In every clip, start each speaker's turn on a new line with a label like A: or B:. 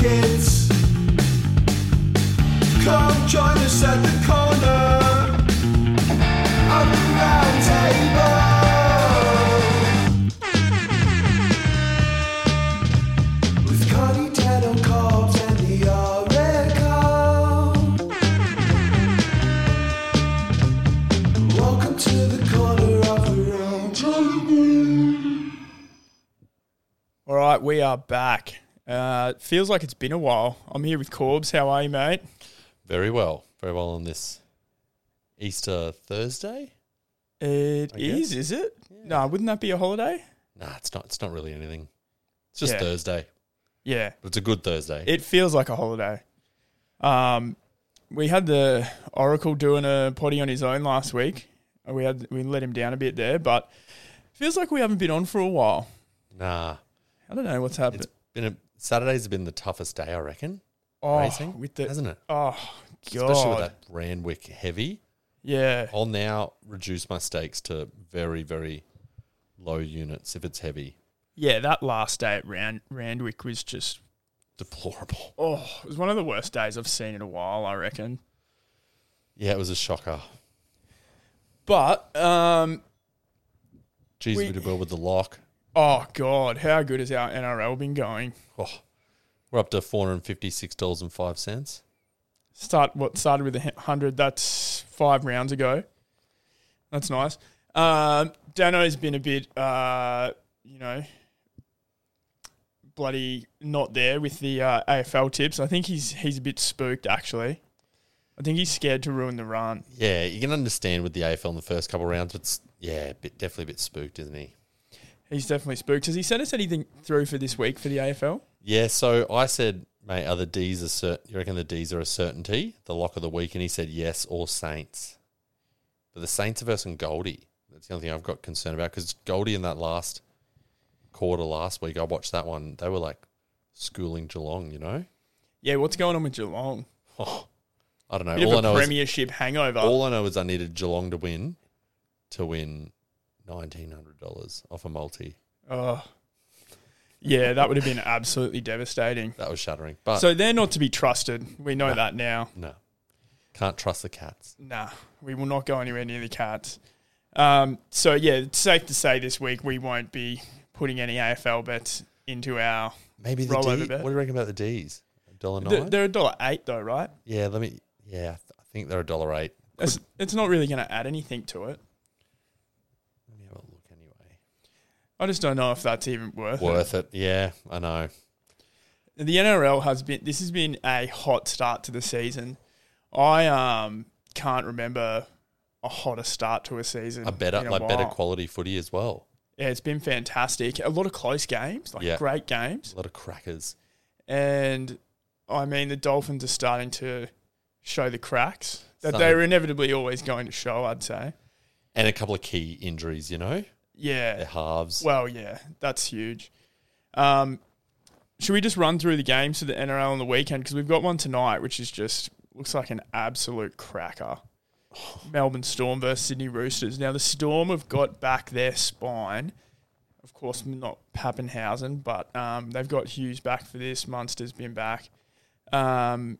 A: kids. Come join us at the corner of the round table. With Connie, Ted, and Cobbs, and the Oracle. Welcome to the corner of the round table.
B: All right, we are back. Uh, it feels like it's been a while. I'm here with Corbs. How are you, mate?
C: Very well. Very well on this Easter Thursday.
B: It is, is it? No, wouldn't that be a holiday?
C: Nah, it's not it's not really anything. It's just
B: Yeah.
C: Thursday.
B: Yeah,
C: But it's a good Thursday.
B: it feels like a holiday. Um, we had the Oracle doing a potty on his own last week. We had we let him down a bit there, but feels like we haven't been on for a while.
C: nah.
B: I don't know what's happened.
C: It's been a Saturday's been the toughest day, I reckon.
B: oh,
C: racing,
B: with the
C: hasn't it?
B: oh god,
C: Especially with that Randwick heavy.
B: yeah,
C: I'll now reduce my stakes to very, very low units if it's heavy.
B: yeah. That last day at Rand- Randwick was just
C: Deplorable.
B: oh, it was one of the worst days I've seen in a while. I reckon.
C: Yeah, it was a shocker.
B: But um,
C: Jeez,
B: We-
C: we did well with the lock.
B: oh god, how good has our NRL been going?
C: Oh, we're up to four hundred and fifty six dollars and five cents.
B: Start what started with a hundred. That's five rounds ago. That's nice. Um, Dano's been a bit, uh, you know, bloody not there with the uh, AFL tips. I think he's he's a bit spooked actually. I think he's scared to ruin the run.
C: Yeah, you can understand with the AFL in the first couple of rounds, but it's, yeah, a bit, definitely a bit spooked, isn't he?
B: He's definitely spooked. Has he sent us anything through for this week for the AFL?
C: Yeah, so I said, mate, are the D's a cer- you reckon the D's are a certainty, the lock of the week, and he said yes or Saints. But the Saints are versus Goldie. That's the only thing I've got concern about because Goldie in that last quarter last week, I watched that one. They were like schooling Geelong, you know.
B: Yeah, what's going on with Geelong?
C: Oh, I don't know.
B: Bit
C: all
B: of
C: I
B: a
C: know is
B: premiership hangover.
C: all I know is I needed Geelong to win to win nineteen hundred dollars off a multi.
B: Oh. Yeah, that would have been absolutely devastating.
C: That was shattering. But
B: So they're not to be trusted. We know that now.
C: no, can't trust the cats.
B: Nah, we will not go anywhere near the Cats. Um, so, yeah, it's safe to say this week we won't be putting any AFL bets into our.
C: Maybe the
B: Roll
C: D.
B: over bet.
C: What do you reckon about the D's? A dollar
B: They're,
C: nine.
B: they're a dollar eight though, right?
C: Yeah, let me. Yeah, I, th- I think they're a dollar eight.
B: It's, it's not really going to add anything to it.
C: Let me have a look anyway.
B: I just don't know if that's even worth,
C: Worth it. Yeah, I know.
B: it. The NRL has been. This has been a hot start to the season. I um can't remember a hotter start to a season.
C: A better,
B: in
C: like better
B: while.
C: quality footy as well.
B: Yeah, it's been fantastic. A lot of close games, like
C: Yeah.
B: great games.
C: A lot of crackers.
B: And I mean, the Dolphins are starting to show the cracks that
C: Some-
B: they were inevitably always going to show, I'd say.
C: And a couple of key injuries, you know?
B: Yeah.
C: Their halves.
B: Well, yeah, that's huge. Um, should we just run through the games for the NRL on the weekend? Because we've got one tonight, which is just looks like an absolute cracker. Melbourne Storm versus Sydney Roosters. Now the Storm have got back their spine. Of course, not Pappenhausen, but um, they've got Hughes back for this. Munster's been back. Um,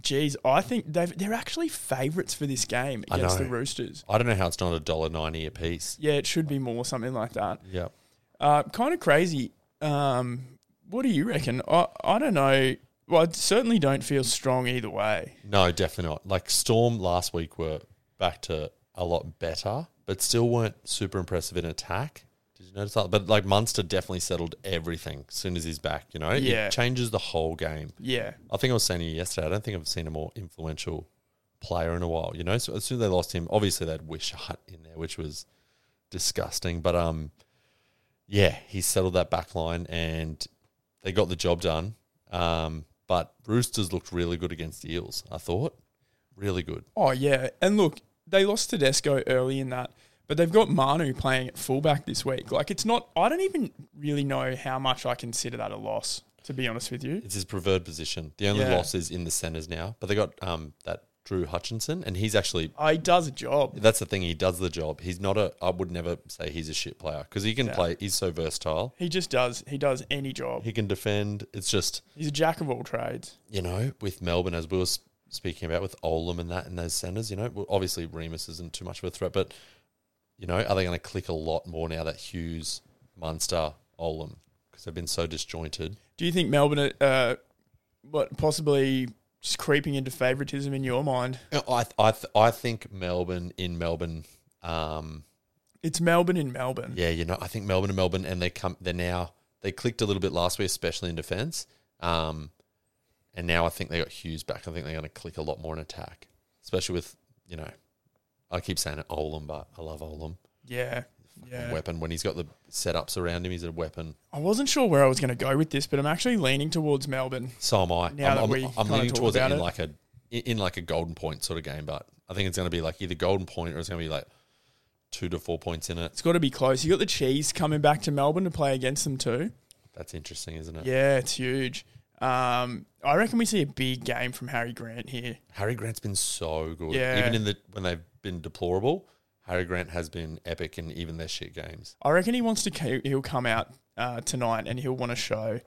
B: geez, I think they've, they're actually favourites for this game
C: I
B: against the
C: know.
B: Roosters.
C: I don't know how it's not a dollar ninety a piece.
B: Yeah, it should be more something like that.
C: Yeah.
B: Uh, kind of crazy. Um, what do you reckon? I, I don't know. Well, I certainly don't feel strong either way.
C: No, definitely not. Like Storm last week were back to a lot better, but still weren't super impressive in attack. Did you notice that? But like Munster definitely settled everything as soon as he's back. You know,
B: Yeah.
C: it changes the whole game.
B: Yeah.
C: I think I was saying to you yesterday. I don't think I've seen a more influential player in a while. You know, so as soon as they lost him, obviously they had Wishart in there, which was disgusting. But um, yeah, he settled that back line and they got the job done. Um, but Roosters looked really good against the Eels. I thought really good.
B: Oh, yeah. And look, they lost Tedesco early in that, but they've got Manu playing at fullback this week. Like, it's not, I don't even really know how much I consider that a loss, to be honest with you.
C: It's his preferred position. The only
B: Yeah.
C: loss is in the centres now, but they got um that Drew Hutchinson, and he's actually
B: Oh, he does a job.
C: that's the thing. He does the job. He's not a. I would never say he's a shit player because he can
B: No.
C: play. He's so versatile.
B: He just does. He does any job.
C: He can defend. It's just
B: He's a jack of all trades.
C: you know with Melbourne as we were s- speaking about with Olam and that and those centers. You know, well, obviously Remus isn't too much of a threat, but you know, are they going to click a lot more now that Hughes, Munster, Olam because they've been so disjointed?
B: Do you think Melbourne, are, uh, what possibly just creeping into favouritism in your mind?
C: You know, I th- I th- I think Melbourne in Melbourne. Um,
B: It's Melbourne in Melbourne.
C: Yeah, you know, I think Melbourne and Melbourne, and they come. They're now they clicked a little bit last week, especially in defence. Um, and now I think they got Hughes back. I think they're going to click a lot more in attack, especially with you know, I keep saying it, Olam, but I love Olam.
B: Yeah. Yeah.
C: Weapon when he's got the setups around him, he's a weapon.
B: I wasn't sure where I was going to go with this, but I'm actually leaning towards Melbourne.
C: So am I.
B: Now that
C: I'm,
B: we
C: I'm, I'm
B: kinda
C: leaning
B: talk
C: towards it
B: about
C: in
B: it.
C: like a in in like a golden point sort of game, but I think it's going to be like either golden point or it's going to be like two to four points in it.
B: It's got to be close. You got the Cheese coming back to Melbourne to play against them too.
C: That's interesting, isn't it?
B: Yeah, it's huge. Um, I reckon we see a big game from Harry Grant here.
C: Harry Grant's been so good.
B: Yeah.
C: Even in the when they've been deplorable, Harry Grant has been epic in even their shit games.
B: I reckon he wants to. co- He'll come out uh, tonight and he'll want to show.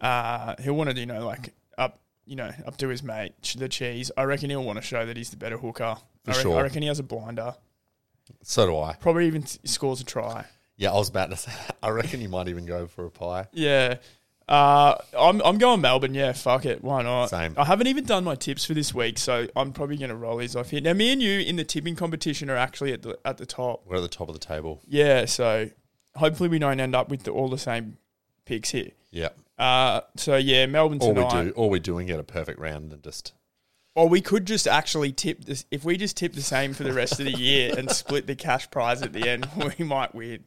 B: Uh, he'll want to, you know, like up, you know, updo his mate ch- the cheese. I reckon he'll want to show that he's the better hooker. I,
C: For
B: reckon,
C: sure.
B: I reckon he has a blinder.
C: So do I.
B: Probably even s- scores a try.
C: Yeah, I was about to say. I reckon you might even go for a pie.
B: Yeah. Uh, I'm I'm going Melbourne. Yeah, fuck it. Why not?
C: Same.
B: I haven't even done my tips for this week, so I'm probably going to roll these off here. Now, me and you in the tipping competition are actually at the at the top.
C: We're at the top of the table.
B: Yeah, so hopefully we don't end up with the, all the same picks here.
C: Yeah.
B: Uh, so yeah, Melbourne
C: All
B: tonight.
C: we do, all we do, and get a perfect round and just
B: Or we could just actually tip this. If we just tip the same for the rest of the year and split the cash prize at the end, we might win.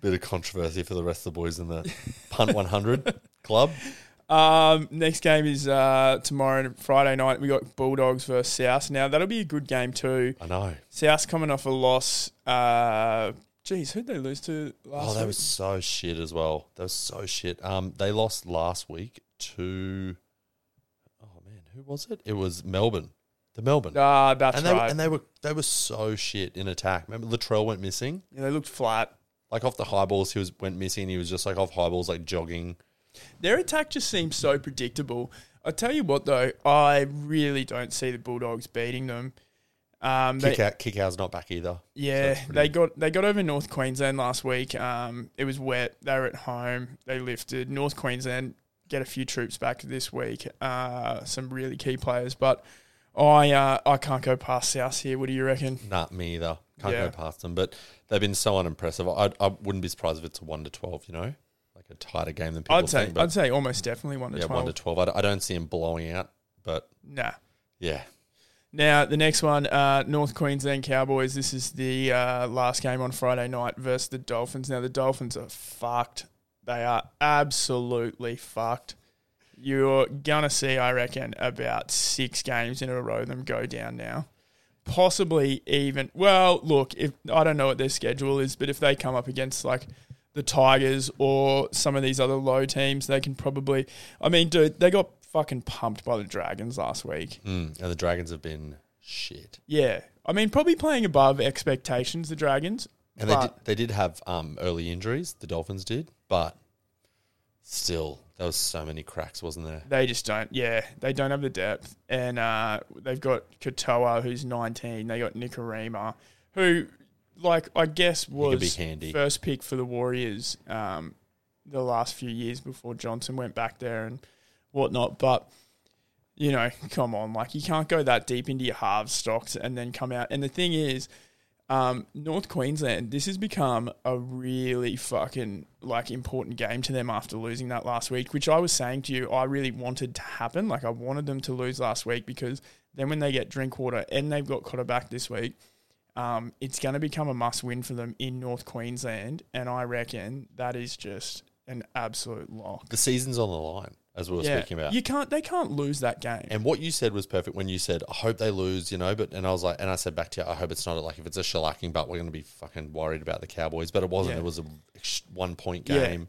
C: bit of controversy for the rest of the boys in the punt 100 club.
B: Um, next game is uh, tomorrow, Friday night. We got Bulldogs versus South. Now that'll be a good game too.
C: I know.
B: South coming off a loss. Uh, geez, who'd they lose to last?
C: Oh,
B: week?
C: that was so shit as well. That was so shit. Um, they lost last week to. Oh man, who was it? It was Melbourne. The Melbourne.
B: ah, that's
C: and they,
B: right.
C: and they were they were so shit in attack. Remember Latrell went missing,
B: yeah, they looked flat.
C: like off the high balls. He was went missing. He was just like off high balls, like jogging.
B: Their attack just seems so predictable. I tell you what, though, I really don't see the Bulldogs beating them. Um, they,
C: Kick out, kick out's not back either.
B: yeah,
C: that's pretty-
B: they got they got over North Queensland last week. Um, it was wet. They were at home. They lifted North Queensland. Get a few troops back this week. Uh, some really key players, but I uh, I can't go past South here. What do you reckon?
C: Nah, me either. Can't
B: Yeah.
C: go past them. But they've been so unimpressive. I, I wouldn't be surprised if it's a one to twelve. You know, like a tighter game than people
B: I'd say
C: think. But
B: I'd say almost definitely one to
C: yeah,
B: twelve.
C: one to twelve. I, d- I don't see him blowing out. But
B: nah.
C: yeah,
B: Now the next one, uh, North Queensland Cowboys. This is the uh, last game on Friday night versus the Dolphins. Now the Dolphins are fucked. They are absolutely fucked. You're gonna see, I reckon, about six games in a row them go down now. Possibly even well, look, if I don't know what their schedule is, but if they come up against like the Tigers or some of these other low teams, they can probably I mean, dude, they got fucking pumped by the Dragons last week.
C: Mm, and the Dragons have been shit.
B: Yeah. I mean, probably playing above expectations, the Dragons.
C: And
B: but
C: they did, they did have um, early injuries. The Dolphins did, but still, there was so many cracks, wasn't there?
B: they just don't, yeah, they don't have the depth. And uh, they've got Katoa, who's 19. They got Nicarima, who, like, I guess
C: be
B: was
C: handy.
B: first pick for the Warriors um, the last few years before Johnson went back there and whatnot. But, you know, come on, like, you can't go that deep into your halves stocks and then come out. And the thing is, um, North Queensland, this has become a really fucking like important game to them after losing that last week, which I was saying to you, I really wanted to happen. Like I wanted them to lose last week because then when they get drink water and they've got Cotter back this week, um, it's going to become a must win for them in North Queensland. And I reckon that is just an absolute lock.
C: The season's on the line, as we were speaking about.
B: You can't, they can't lose that game.
C: and what you said was perfect when you said, "I hope they lose," you know. But and I was like, and I said back to you, "I hope it's not like if it's a shellacking, but we're going to be fucking worried about the Cowboys." But it wasn't.
B: Yeah.
C: It was a ex- one point
B: Yeah.
C: game,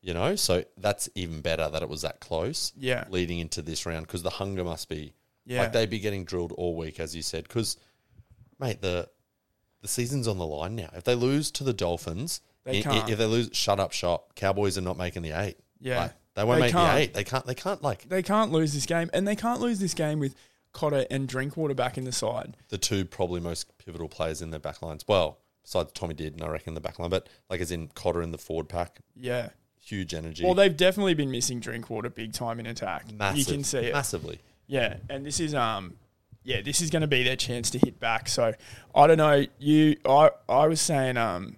C: you know. So that's even better that it was that close.
B: Yeah.
C: leading into this round because the hunger must be
B: Yeah.
C: Like they'd be getting drilled all week, as you said, because mate, the the season's on the line now. If they lose to the Dolphins,
B: They
C: i- i-
B: can't.
C: if they lose, shut up shop. Cowboys are not making the eight.
B: Yeah.
C: Like, they won't
B: They
C: make
B: can't.
C: the eight. They can't. They can't like
B: they can't lose this game, and they can't lose this game with Cotter and Drinkwater back in the side.
C: the two probably most pivotal players in their back lines. Well, besides Tommy did, and I reckon the back line, but like as in Cotter in the forward pack,
B: Yeah.
C: huge energy.
B: Well, they've definitely been missing Drinkwater big time in attack.
C: massive,
B: You can see it.
C: massively.
B: Yeah, and this is um, yeah, this is going to be their chance to hit back. So I don't know. You, I, I was saying um,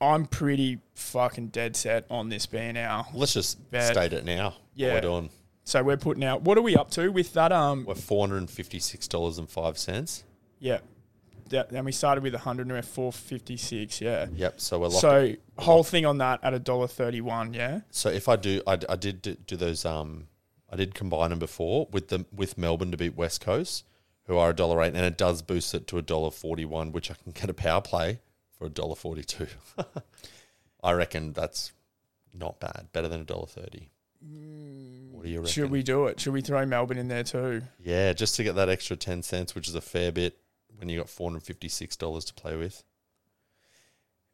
B: I'm pretty fucking dead set on this being our.
C: Let's just
B: Bad.
C: state it now. what
B: Yeah.
C: we're doing.
B: So we're putting out. What are we up to with that? Um,
C: We're four hundred and fifty-six dollars and five cents.
B: yeah. That, then we started with 100 and we're 456. Yeah.
C: Yep. So we're locked. So,
B: So whole thing on that at a dollar 31. Yeah.
C: if I do, I, d- I did d- do those. Um, I did combine them before with the with Melbourne to beat West Coast, who are a dollar eight, and it does boost it to a dollar forty-one, which I can get a power play for a dollar forty-two. I reckon that's not bad. Better than a dollar thirty. What do you
B: Mm,
C: reckon?
B: Should we do it? Should we throw Melbourne in there too?
C: Yeah, just to get that extra ten cents, which is a fair bit when you got four hundred fifty-six dollars to play with.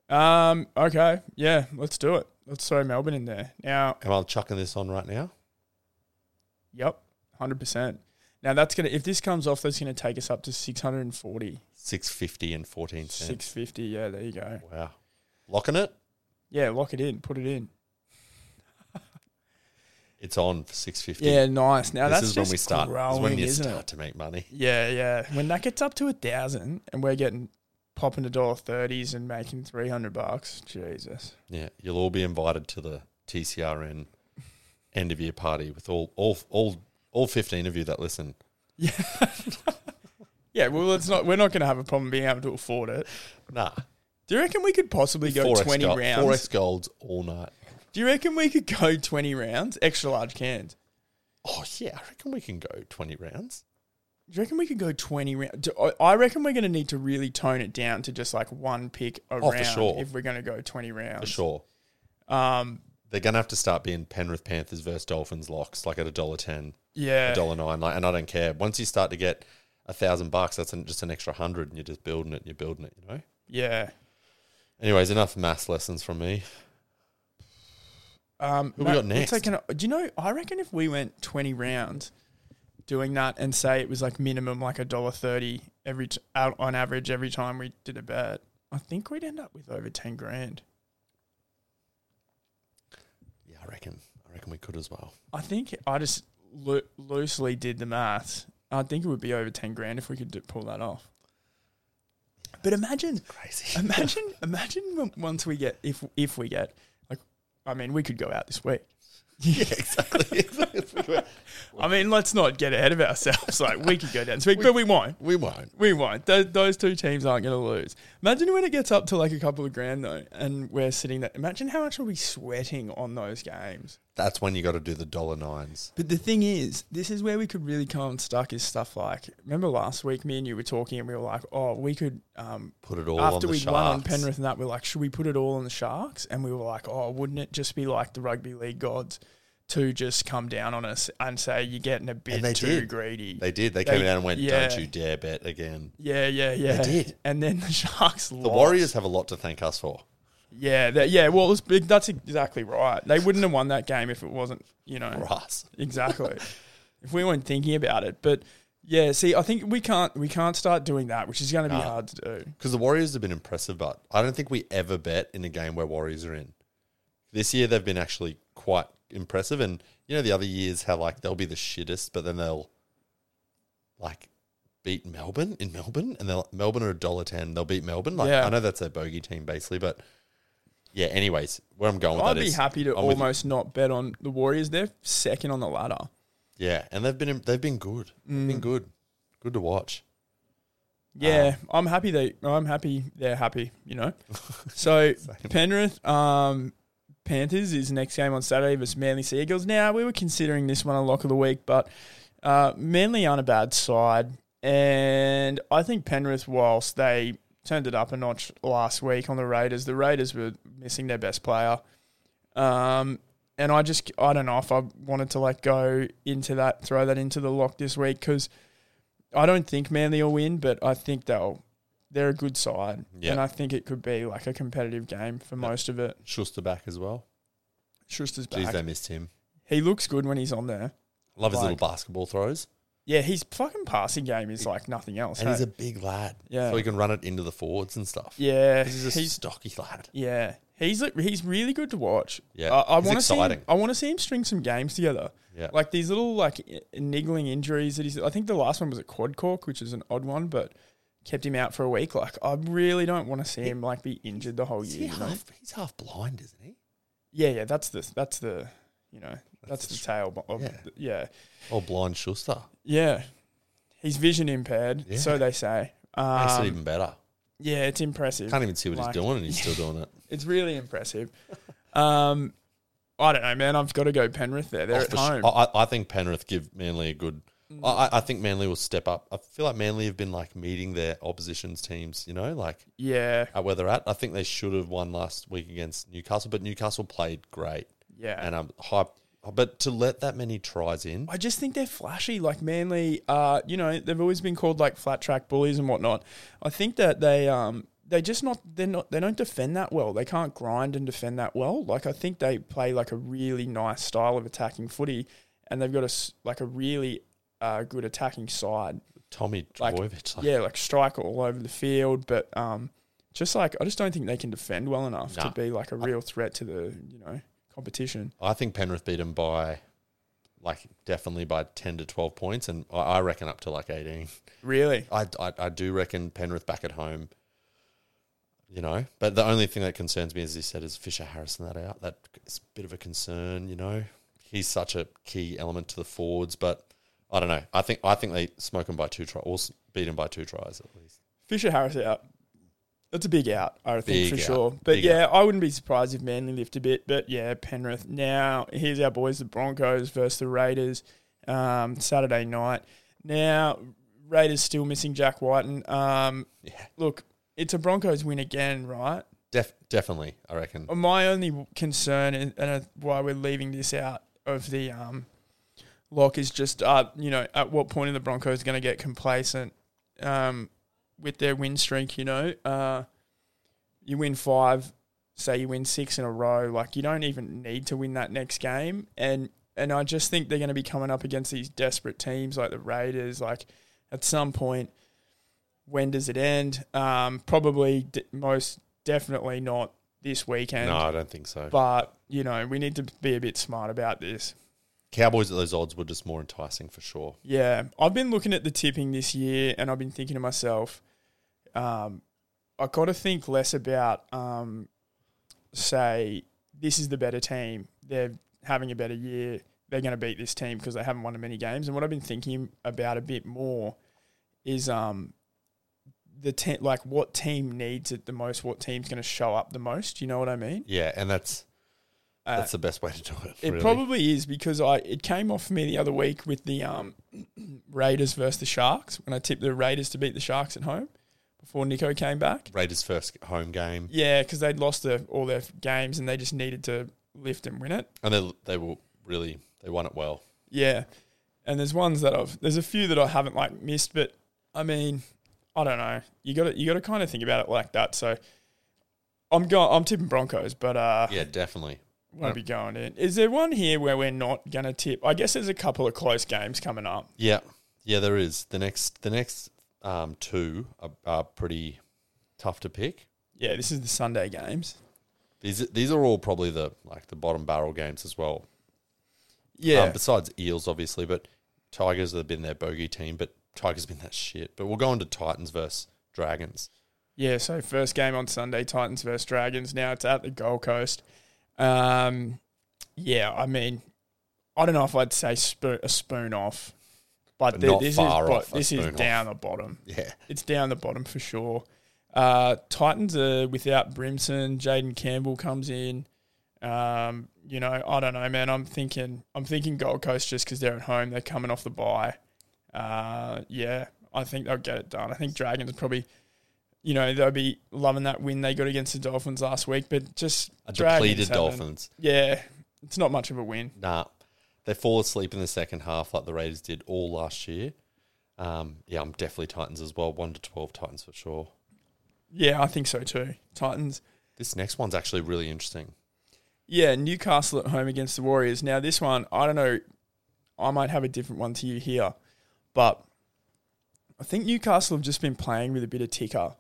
B: Um. Okay. Yeah. Let's do it. Let's throw Melbourne in there now.
C: Am I chucking this on right now?
B: Yep, hundred percent. Now that's gonna if this comes off, that's gonna take us up to 640,
C: Six fifty and fourteen cents.
B: 650. Yeah, there you go.
C: Wow, locking it.
B: Yeah, lock it in, put it in.
C: It's on for six fifty.
B: Yeah, nice. Now
C: this
B: that's
C: is when we
B: just
C: start. this is
B: growing,
C: when you
B: isn't
C: start
B: it?
C: to make money.
B: Yeah, yeah. When that gets up to a thousand, and we're getting popping to dollar thirties and making three hundred bucks. Jesus.
C: Yeah, you'll all be invited to the TCRN end of year party with all all all all fifteen of you that listen.
B: Yeah, well, it's not. We're not going to have a problem being able to afford it.
C: Nah,
B: Do you reckon we could possibly go twenty
C: gold,
B: rounds?
C: four X golds all night.
B: Do you reckon we could go twenty rounds, extra large cans?
C: Oh yeah, I reckon we can go twenty rounds.
B: Do you reckon we could go 20 rounds? I reckon we're going to need to really tone it down to just like one pick a
C: Oh, for
B: round
C: sure.
B: if we're going to go 20 rounds.
C: For sure.
B: Um,
C: They're gonna have to start being Penrith Panthers versus Dolphins locks, like at a dollar ten,
B: yeah.
C: a dollar nine, like, and I don't care. Once you start to get a thousand bucks, that's an, just an extra hundred, and you're just building it, and you're building it, you know.
B: Yeah.
C: Anyways, enough maths lessons from me.
B: Um,
C: Who we
B: Matt,
C: got
B: we're
C: next?
B: taking a- do you know, I reckon if we went 20 rounds doing that and say it was like minimum like a dollar 30 every t- out on average every time we did a bet, I think we'd end up with over 10 grand.
C: Yeah, I reckon. I reckon we could as well.
B: I think I just lo- loosely did the maths. I think it would be over ten grand if we could do, pull that off. But imagine,
C: Crazy.
B: imagine, imagine when- once we get if if we get like, I mean, we could go out this week.
C: yeah, exactly. If we were-
B: I mean, let's not get ahead of ourselves. Like we could go down this week, but we won't.
C: we won't.
B: We won't. Tho- those two teams aren't going to lose. Imagine when it gets up to like a couple of grand though, and we're sitting there. Imagine how much we'll be sweating on those games.
C: That's when you got to do the dollar nines.
B: But the thing is, this is where we could really come unstuck is stuff like remember last week me and you were talking and we were like, oh, we could um
C: Put it all
B: after
C: on the
B: we'd
C: sharks.
B: won on Penrith and that we are like, should we put it all on the Sharks? And we were like, oh, wouldn't it just be like the rugby league gods to just come down on us and say you're getting a bit
C: And they
B: too
C: did.
B: greedy?
C: They did. They,
B: They-
C: came out and went,
B: yeah.
C: "Don't you dare bet again."
B: yeah, yeah, yeah.
C: They did.
B: And then the Sharks
C: The Warriors have a lot to thank us for.
B: Yeah, that, yeah. Well, it was big. that's exactly right. They wouldn't have won that game if it wasn't, you know,
C: For us,
B: Exactly. if we weren't thinking about it, but yeah, see, I think we can't we can't start doing that, which is going to be
C: Nah.
B: hard to do.
C: because the Warriors have been impressive, but I don't think we ever bet in a game where Warriors are in. This year they've been actually quite impressive, and you know the other years how like they'll be the shittest, but then they'll like beat Melbourne in Melbourne, and they'll Melbourne are a dollar ten. They'll beat Melbourne. Like
B: Yeah.
C: I know that's their bogey team basically, but yeah. Anyways, where I'm going with
B: I'd
C: that
B: be
C: is-
B: happy to
C: I'm with you.
B: almost not bet on the Warriors. They're second on the ladder.
C: yeah, and they've been they've been good, They've
B: Mm.
C: been good, good to watch.
B: Yeah, I'm happy they I'm happy they're happy, you know. So Penrith um Panthers is next game on Saturday versus Manly Seagulls. Now we were considering this one a lock of the week, but uh, Manly aren't a bad side, and I think Penrith, whilst they turned it up a notch last week on the Raiders, the Raiders were missing their best player. Um, and I just I don't know if I wanted to like go into that, throw that into the lock this week because I don't think Manly will win, but I think they'll they're a good side,
C: Yeah.
B: and I think it could be like a competitive game for most of it.
C: Schuster back as well.
B: Schuster's back.
C: Jeez, they missed him.
B: He looks good when he's on there.
C: Love his
B: Like-
C: little basketball throws.
B: Yeah, his fucking passing game is like nothing else.
C: And he's
B: hey?
C: a big lad.
B: Yeah.
C: So he can run it into the forwards and stuff.
B: yeah,
C: He's just a
B: he's
C: stocky lad.
B: yeah, he's li- he's really good to watch.
C: Yeah,
B: I, I
C: he's
B: want to see. Him,
C: exciting.
B: I want to see him string some games together.
C: Yeah.
B: like these little like i- niggling injuries that he's. I think the last one was a quad cork, which is an odd one, but kept him out for a week. Like I really don't want to see him like be injured the whole
C: Is he
B: year. You know?
C: half, he's half blind, isn't he?
B: Yeah, yeah, that's the that's the you know that's,
C: the
B: the tail. bo- Of,
C: yeah.
B: the- yeah,
C: Oh, blind Schuster.
B: yeah. He's vision impaired,
C: Yeah.
B: so they say.
C: Makes
B: Um,
C: it even better.
B: yeah, it's impressive.
C: Can't even see what
B: like-
C: he's doing, and he's still doing it.
B: It's really impressive. Um, I don't know, man. I've got to go Penrith there. They're
C: Oh,
B: at
C: for sure.
B: home.
C: I, I- I think Penrith give Manly a good. I- I, I think Manly will step up. I feel like Manly have been like meeting their opposition's teams, you know, like
B: Yeah,
C: at where they're at. I think they should have won last week against Newcastle, but Newcastle played great,
B: yeah.
C: and I'm hype. But to let that many tries in,
B: I just think they're flashy. Like Manly, uh, you know, they've always been called like flat track bullies and whatnot. I think that they um they just not they're not they don't defend that well. They can't grind and defend that well. Like I think they play like a really nice style of attacking footy, and they've got a s- like a really uh, good attacking side.
C: Tommy
B: Like,
C: Dvojevic, like,
B: Yeah, like strike all over the field, but um, just like I just don't think they can defend well enough
C: Nah.
B: to be like a real threat to the you know competition.
C: I think Penrith beat them by like definitely by ten to twelve points, and I, I reckon up to like eighteen.
B: Really,
C: I, I, I do reckon Penrith back at home. You know, but the only thing that concerns me, as he said, is Fisher Harrison that out. That is a bit of a concern. You know, he's such a key element to the forwards, but I don't know. I think I think they smoke him by two tries, or s- beat him by two tries at least.
B: Fisher Harris out. That's a big out, I think,
C: Big
B: for
C: out.
B: sure. But
C: Big
B: yeah, I wouldn't be surprised if Manly lift a bit. But yeah, Penrith. Now, here's our boys, the Broncos versus the Raiders, um, Saturday night. Now, Raiders still missing Jack Whiten. Um,
C: Yeah,
B: look, it's a Broncos win again, right?
C: def- definitely. I reckon.
B: My only concern, and, and uh, why we're leaving this out of the um, lock, is just uh, you know at what point are the Broncos going to get complacent um, with their win streak? You know, uh, you win five, say you win six in a row, like you don't even need to win that next game, and and I just think they're going to be coming up against these desperate teams like the Raiders, like at some point. When does it end? Um, probably, d- most definitely not this weekend.
C: No, I don't think so.
B: But you know, we need to be a bit smart about this.
C: Cowboys at those odds were just more enticing for sure.
B: Yeah, I've been looking at the tipping this year, and I've been thinking to myself, um, I got to think less about, um, say, this is the better team. They're having a better year. They're going to beat this team because they haven't won many games. And what I've been thinking about a bit more is um, the te- like what team needs it the most. What team's going to show up the most? You know what I mean?
C: Yeah, and that's
B: Uh,
C: that's the best way to do it.
B: It
C: really.
B: probably is because I it came off for me the other week with the um, Raiders versus the Sharks when I tipped the Raiders to beat the Sharks at home before Nico came back.
C: Raiders' first home game,
B: Yeah, because they'd lost their, all their games and they just needed to lift and win it.
C: and they they were really they won it well.
B: Yeah, and there's ones that I've there's a few that I haven't like missed, but I mean, I don't know. You got to you got to kind of think about it like that. So I'm going. I'm tipping Broncos, but uh,
C: Yeah, definitely.
B: won't be going in. Is there one here where we're not gonna tip? I guess there's a couple of close games coming up.
C: Yeah, yeah, there is the next. The next um, two are, are pretty tough to pick.
B: Yeah, this is the Sunday games.
C: These these are all probably the like the bottom barrel games as well.
B: Yeah,
C: Um, besides Eels, obviously, but Tigers have been their bogey team, but Tigers been that shit. But we'll go on to Titans versus Dragons.
B: yeah. So first game on Sunday, Titans versus Dragons. Now it's at the Gold Coast. Um, yeah, I mean, I don't know if I'd say spo- a spoon off, but,
C: But
B: th-
C: not
B: this
C: far
B: is bo-
C: off a
B: this is
C: spoon off.
B: down the bottom.
C: Yeah,
B: It's down the bottom for sure. Uh, Titans are without Brimson. Jaden Campbell comes in. Um, you know, I don't know, man. I'm thinking, I'm thinking Gold Coast just because they're at home. They're coming off the bye. Uh, yeah, I think they'll get it done. I think Dragons probably, you know, they'll be loving that win they got against the Dolphins last week, but just
C: a
B: Dragons
C: depleted
B: haven't-
C: Dolphins.
B: Yeah, it's not much of a win.
C: Nah, they fall asleep in the second half like the Raiders did all last year. Um, yeah, I'm definitely Titans as well. One to twelve Titans for sure.
B: Yeah, I think so too. Titans.
C: This next one's actually really interesting.
B: Yeah, Newcastle at home against the Warriors. Now this one, I don't know. I might have a different one to you here, but I think Newcastle have just been playing with a bit of ticker,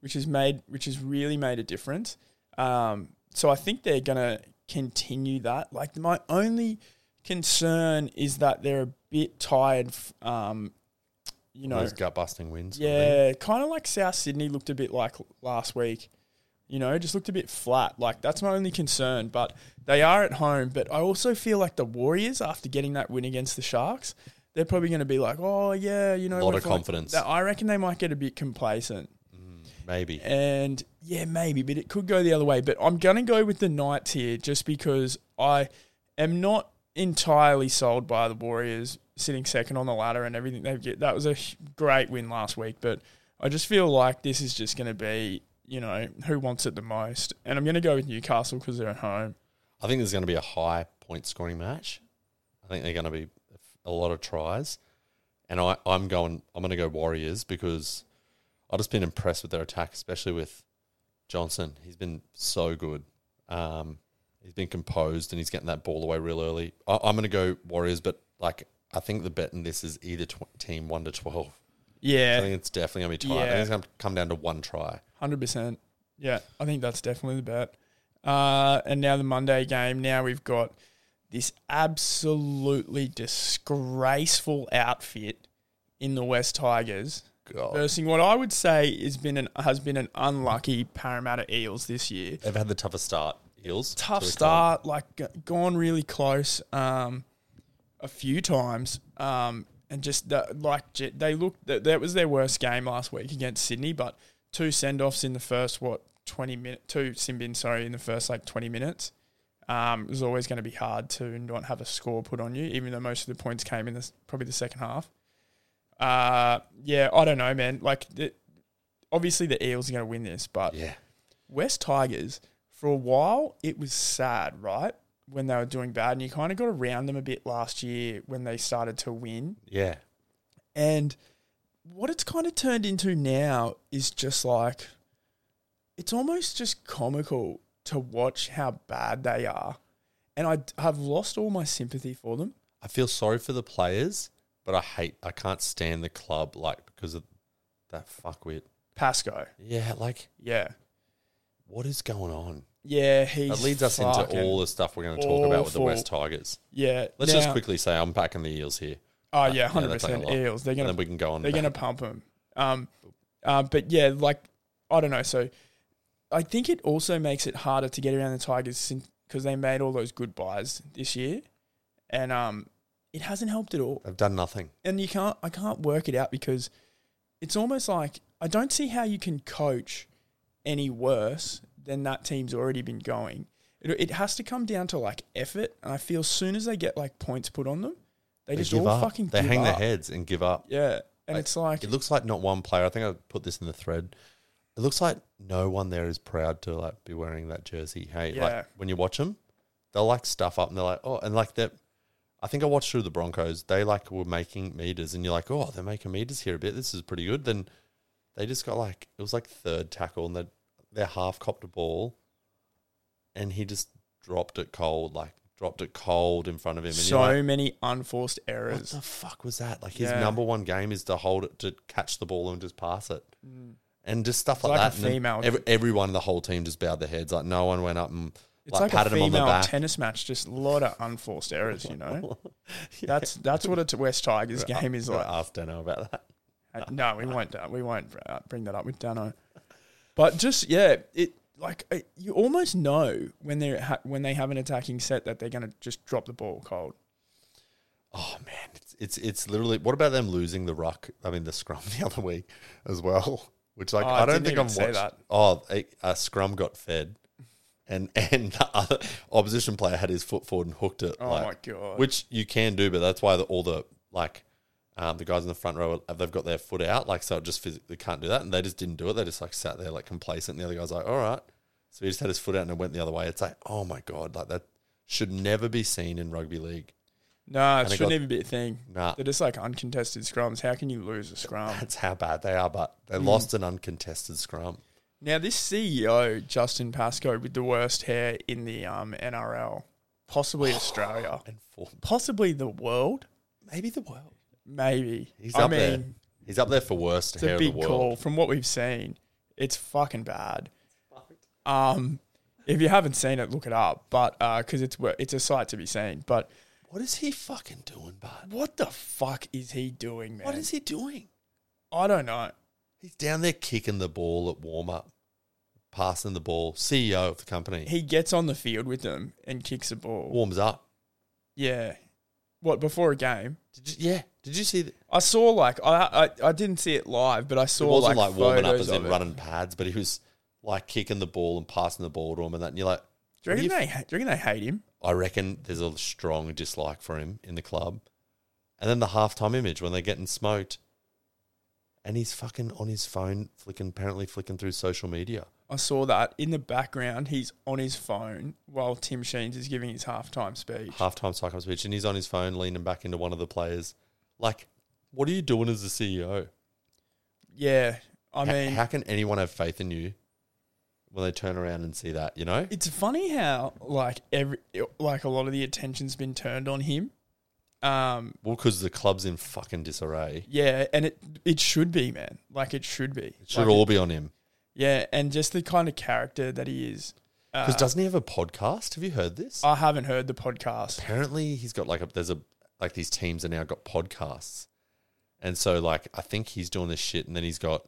B: which has made which has really made a difference. Um, so I think they're gonna continue that. Like my only concern is that they're a bit tired. f- Um, you know,
C: Those gut busting wins. I think.
B: Yeah, kind of like South Sydney looked a bit like last week. You know, just looked a bit flat. Like that's my only concern. But they are at home. But I also feel like the Warriors, after getting that win against the Sharks, they're probably going to be like, oh yeah, you know,
C: Lot of
B: we've, like,
C: confidence.
B: that- I reckon they might get a bit complacent.
C: maybe.
B: And yeah, maybe, but it could go the other way. But I'm going to go with the Knights here just because I am not entirely sold by the Warriors sitting second on the ladder and everything they've get. That was a h- great win last week, but I just feel like this is just going to be, you know, who wants it the most. And I'm going to go with Newcastle because they're at home.
C: I think there's going to be a high point scoring match. I think they're going to be a lot of tries, and I, I'm going. I'm going to go Warriors because I've just been impressed with their attack, especially with Johnson. He's been so good. Um, he's been composed and he's getting that ball away real early. I, I'm going to go Warriors, but like I think the bet in this is either tw- team one to twelve. I
B: Yeah,
C: think it's definitely going to be tight. I
B: Yeah.
C: think it's going to come down to one try.
B: 100%. Yeah, I think that's definitely the bet. Uh, and now the Monday game. Now we've got this absolutely disgraceful outfit in the West Tigers
C: God,
B: versus what I would say has been an has been an unlucky Parramatta Eels this year.
C: they've had the toughest start. Eels
B: Tough
C: to the
B: start, like g- gone really close um, a few times, um, and just the, like j- they looked that that was their worst game last week against Sydney, but two send offs in the first what twenty minute two Simbin sorry in the first like twenty minutes. Um, it was always going to be hard to not have a score put on you, even though most of the points came in the, s- probably the second half. Uh, yeah, I don't know, man. Like, the, obviously the Eels are going to win this, but
C: Yeah,
B: West Tigers, for a while, it was sad, right? When they were doing bad, and you kind of got around them a bit last year when they started to win.
C: yeah.
B: And what it's kind of turned into now is just like, it's almost just comical to watch how bad they are. And I d- have lost all my sympathy for them.
C: I feel sorry for the players, but I hate, I can't stand the club like because of that fuckwit.
B: Pasco,
C: Yeah, like
B: yeah.
C: what is going on?
B: Yeah, he's.
C: that leads us into
B: fucking-
C: all the stuff we're going to talk about with the
B: awful.
C: West Tigers.
B: Yeah.
C: Let's just
B: now-
C: quickly say I'm backing the Eels here,
B: Oh, yeah,
C: Yeah, that's
B: 100%
C: like a lot.
B: Eels. They're
C: and
B: going to
C: then we can go on.
B: They're
C: back.
B: going to pump him. Um, uh, but yeah, like I don't know. So I think it also makes it harder to get around the Tigers because they made all those good buys this year, and um, it hasn't helped at all.
C: They've done nothing.
B: And you can't, I can't work it out because it's almost like I don't see how you can coach any worse than that team's already been going. It, it has to come down to like effort, and I feel as soon as they get like points put on them, they, just all
C: up.
B: fucking
C: They
B: give
C: hang
B: up.
C: their heads and give up.
B: Yeah, and
C: Like,
B: it's like
C: It looks like not one player. I think I put this in the thread. It looks like no one there is proud to like be wearing that jersey. Hey,
B: Yeah.
C: like when you watch them, they'll like stuff up and they're like, oh, and like that. I think I watched through the Broncos. They like were making meters, and you're like, oh, they're making meters here a bit. This is pretty good. Then they just got like it was like third tackle, and they their half copped a ball, and he just dropped it cold, like dropped it cold in front of him. And
B: so
C: you're like,
B: many unforced
C: what
B: errors.
C: the fuck was that? Like his
B: Yeah.
C: number one game is to hold it, to catch the ball and just pass it, and just stuff like,
B: Mm. like a
C: that. And then
B: female-
C: ev- everyone, the whole team just bowed their heads. Like no one went up and
B: it's
C: like,
B: like, a
C: patted him on the
B: female
C: back.
B: tennis match, just a lot of unforced errors, you know? That's that's what a West Tigers game is like.
C: Ask Dano about that.
B: Uh, No, we won't. uh, We won't uh, bring that up with Dano. But just yeah, it like it, you almost know when they are ha- when they have an attacking set that they're going to just drop the ball cold.
C: Oh man, it's, it's it's literally. What about them losing the ruck? I mean, the scrum the other week as well. Which like
B: Oh, I
C: I don't
B: didn't
C: think
B: even
C: I've
B: say
C: watched.
B: that.
C: Oh, a, a scrum got fed, and and the other opposition player had his foot forward and hooked it.
B: Oh
C: like,
B: my god!
C: which you can do, but that's why the, all the like um, the guys in the front row they've got their foot out, like so it just physically can't do that, and they just didn't do it. They just like sat there like complacent. And the other guy's like, all right, so he just had his foot out and it went the other way. It's like, oh my god, like that should never be seen in rugby league.
B: No, it
C: And it
B: shouldn't
C: got-
B: even be a thing.
C: Nah,
B: They're just like uncontested scrums. How can you lose a scrum?
C: that's how bad they are. But
B: Hmm.
C: they lost an uncontested scrum.
B: Now, this CEO, Justin Pascoe, with the worst hair in the um, NRL,
C: Oh.
B: possibly Australia,
C: And four,
B: possibly the world,
C: maybe the world.
B: maybe.
C: He's
B: I
C: up there.
B: mean,
C: He's up there for worst
B: it's a
C: hair of the
B: big
C: world.
B: call. From what we've seen, it's fucking bad. Um, if you haven't seen it, look it up. But because it's it's it's a sight to be seen. But
C: What is he fucking doing, bud?
B: what the fuck is he doing, man?
C: What is he doing?
B: I don't know.
C: He's down there kicking the ball at warm up, passing the ball. CEO of the company
B: He gets on the field with them and kicks a ball.
C: warms up.
B: Yeah. What before a game?
C: Did you, yeah. Did you see? That?
B: I saw like I, I I didn't see it live, but I
C: It
B: saw
C: wasn't
B: like,
C: like, warming up
B: photos
C: as in
B: of it.
C: running pads, but he was like kicking the ball and passing the ball to him and that. And you're like,
B: Do you, reckon
C: What do
B: they, ha- do you reckon they hate him?
C: I reckon there's a strong dislike for him in the club. And then the halftime image when they're getting smoked, and he's fucking on his phone, flicking apparently flicking through social media.
B: I saw that in the background. He's on his phone while Tim Sheens is giving his halftime speech.
C: halftime psycho speech and he's on his phone leaning back into one of the players. Like, what are you doing as the CEO?
B: Yeah, I
C: H-
B: mean,
C: how can anyone have faith in you when they turn around and see that, you know?
B: it's funny how like every like a lot of the attention's been turned on him. Um,
C: Well, because the club's in fucking disarray.
B: yeah, and it it should be, man. Like it should be.
C: It should
B: Like,
C: all be on him.
B: Yeah, and just the kind of character that he is.
C: Because
B: Uh,
C: doesn't he have a podcast? Have you heard this?
B: I haven't heard the podcast.
C: Apparently, he's got like a, there's a, like these teams are now got podcasts. And so, like, I think he's doing this shit and then he's got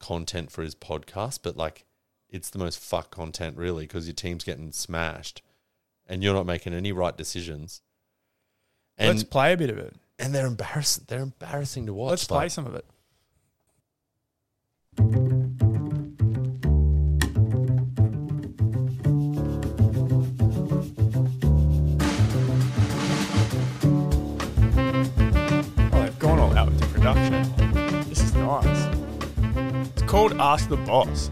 C: content for his podcast, but like, it's the most fuck content, really, because your team's getting smashed and you're not making any right decisions. And
B: Let's play a bit of it.
C: and they're embarrassing. They're embarrassing to watch.
B: Let's play
C: like,
B: some of it. Oh, Oh, they've gone all out with the production. This is nice. It's called Ask the Boss.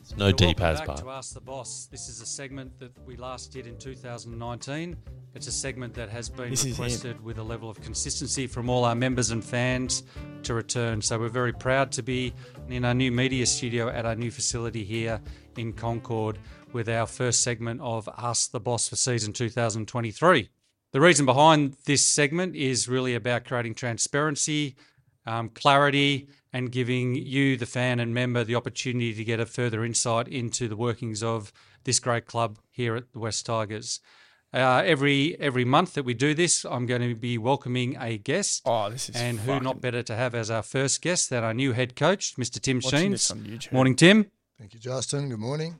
C: it's no
D: So
C: D pads
D: welcome back to
C: bar.
D: Ask the Boss. This is a segment that we last did in 2019. It's a segment that has been
B: This is him.
D: requested with a level of consistency from all our members and fans to return. So we're very proud to be in our new media studio at our new facility here in Concord with our first segment of Ask the Boss for season 2023. The reason behind this segment is really about creating transparency, um, clarity and giving you, the fan and member, the opportunity to get a further insight into the workings of this great club here at the West Tigers. Uh, every every month that we do this, I'm going to be welcoming a guest,
B: Oh, this is
D: and who
B: fucking-
D: not better to have as our first guest than our new head coach, Mr. Tim
B: Watching this
D: Sheens.
B: on YouTube.
D: Morning, Tim.
E: Thank you, Justin. Good morning.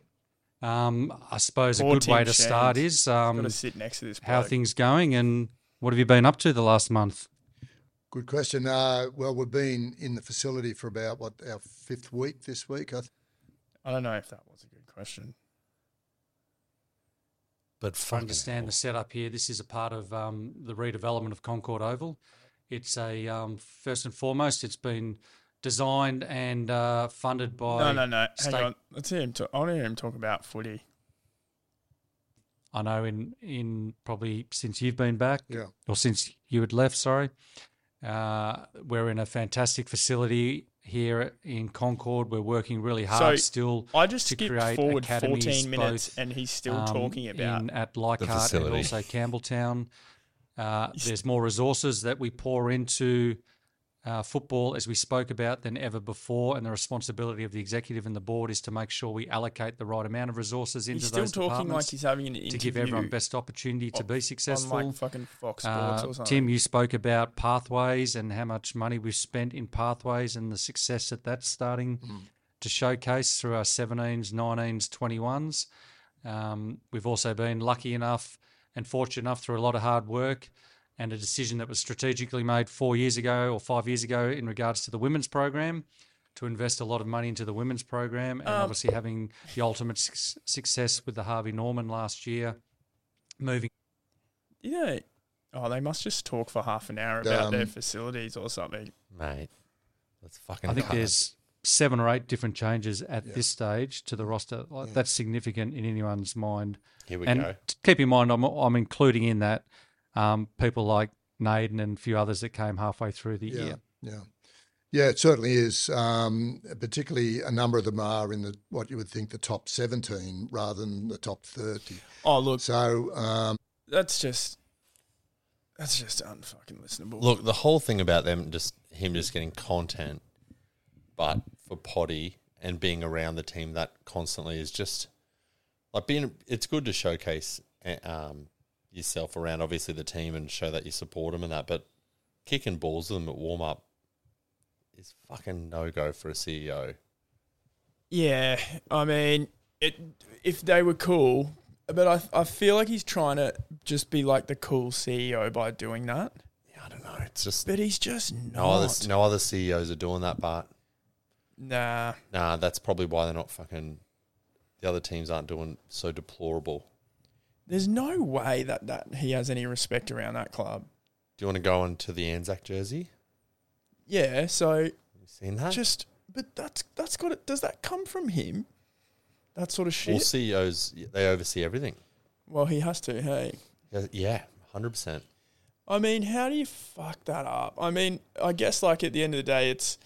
D: Um, I suppose
B: Poor
D: a good
B: Tim
D: way to
B: Sheens.
D: start is
B: Got
D: um,
B: to sit next to this.
D: how
B: bloke.
D: things going and what have you been up to the last month?
E: Good question. Uh, well, we've been in the facility for about what our fifth week this week. I th-
B: I don't know if that was a good question.
C: But
D: I
C: fucking
D: understand the setup here. This is a part of um, the redevelopment of Concord Oval. It's a um, first and foremost, it's been designed and uh, funded by.
B: No, no, no. Hang
D: state-
B: on. Let's hear him. Talk. I want to hear him talk about footy.
D: I know in in probably since you've been back,
E: yeah,
D: or since you had left, sorry. Uh, we're in a fantastic facility here in Concord. We're working really hard still.
B: I just
D: to
B: skipped
D: create
B: forward
D: academies
B: 14 minutes
D: both,
B: and he's still
D: um,
B: talking about
D: in, at Leichhardt and
C: facility.
D: also Campbelltown. Uh, there's more resources that we pour into uh, football, as we spoke about, than ever before. And the responsibility of the executive and the board is to make sure we allocate the right amount of resources into
B: he's still
D: those
B: talking like
D: departments
B: he's having an interview
D: to give everyone best opportunity to
B: on- on,
D: be successful.
B: like fucking Fox Sports
D: Uh,
B: or something.
D: Tim, you spoke about pathways and how much money we've spent in pathways and the success that that's starting
B: Mm.
D: to showcase through our 17s, 19s, 21s. Um, we've also been lucky enough and fortunate enough through a lot of hard work and a decision that was strategically made four years ago or five years ago in regards to the women's program to invest a lot of money into the women's program
B: Oh.
D: and obviously having the ultimate suc success with the Harvey Norman last year, moving.
B: you know, oh, they must just talk for half an hour about their
E: Um,
B: facilities or something.
C: mate. Let's fucking.
D: I think
C: cut it.
D: there's seven or eight different changes at this stage to the roster. Like, That's significant in anyone's mind.
C: Here we
D: and
C: go.
D: t- keep in mind, I'm, I'm including in that um, people like Naden and a few others that came halfway through the
E: Yeah,
D: year.
E: yeah, yeah. It certainly is. Um, particularly, a number of them are in the what you would think the top seventeen rather than the top thirty.
B: Oh look,
E: So um,
B: that's just that's just unfucking listenable.
C: Look, the whole thing about them just him just getting content, but for potty and being around the team that constantly is just like being. It's good to showcase eh, um, yourself around obviously the team and show that you support them and that, but kicking balls with them at warm up is fucking no go for a E CEO.
B: Yeah, I mean, it if they were cool, but I I feel like he's trying to just be like the cool CEO by doing that.
C: Yeah, I don't know. It's just
B: But he's just
C: no other
B: not.
C: no other CEOs are doing that, but
B: Nah.
C: nah, that's probably why they're not fucking. The other teams aren't doing so deplorable.
B: There's no way that, that he has any respect around that club.
C: Do you want to go into the Anzac jersey?
B: Yeah, so
C: You seen that?
B: just but that's that's got it does that come from him? That sort of shit.
C: All CEOs they oversee everything.
B: well he has to, hey.
C: Yeah, Yeah, hundred percent.
B: I mean, how do you fuck that up? I mean, I guess like at the end of the day, it's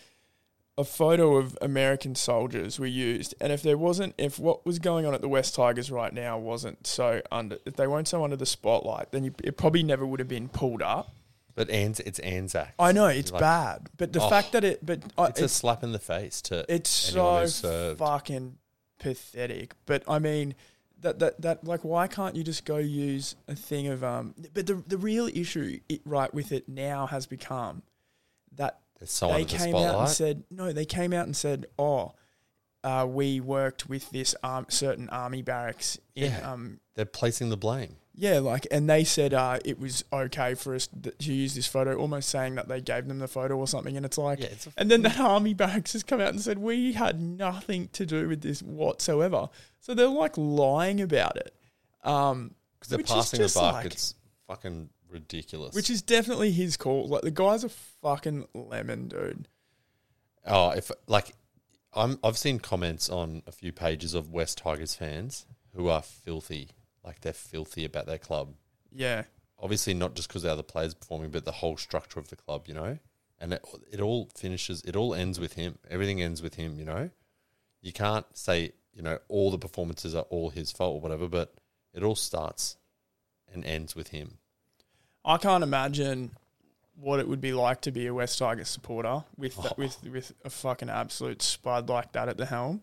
B: a photo of American soldiers we used, and if there wasn't, if what was going on at the West Tigers right now wasn't so under, if they weren't so under the spotlight, then you, it probably never would have been pulled up.
C: But Anz, it's Anzac.
B: I know it's
C: Like,
B: bad, but the
C: Oh.
B: fact that it, but uh, I,
C: It's, a slap in the face to
B: it's
C: anyone
B: so
C: who's uh, served.
B: fucking pathetic. But I mean, that that that like, why can't you just go use a thing of um? But the the real issue, it, right, with it now has become that
C: There's someone
B: they
C: in the
B: came out and
C: spotlight.
B: said no. They came out and said, oh, uh, we worked with this um, certain army barracks in
C: Yeah.
B: um
C: They're placing the blame.
B: yeah, like, and they said uh, it was okay for us th- to use this photo, almost saying that they gave them the photo or something. And it's like,
C: Yeah, it's a-
B: and then that army barracks has come out and said we had nothing to do with this whatsoever. So they're like lying about it, um,
C: Because they're
B: Which is
C: passing the
B: just
C: buck.
B: like-
C: it's fucking ridiculous.
B: which is definitely his call. Like the guy's a fucking lemon, dude.
C: Oh, if like I'm I've seen comments on a few pages of West Tigers fans who are filthy. Like they're filthy about their club.
B: Yeah,
C: Obviously not just because the other players performing, but the whole structure of the club, you know? And it, it all finishes it all ends with him. Everything ends with him, you know? You can't say, you know, all the performances are all his fault or whatever, but it all starts and ends with him.
B: I can't imagine what it would be like to be a West Tigers supporter with
C: Oh.
B: that, with with a fucking absolute spud like that at the helm.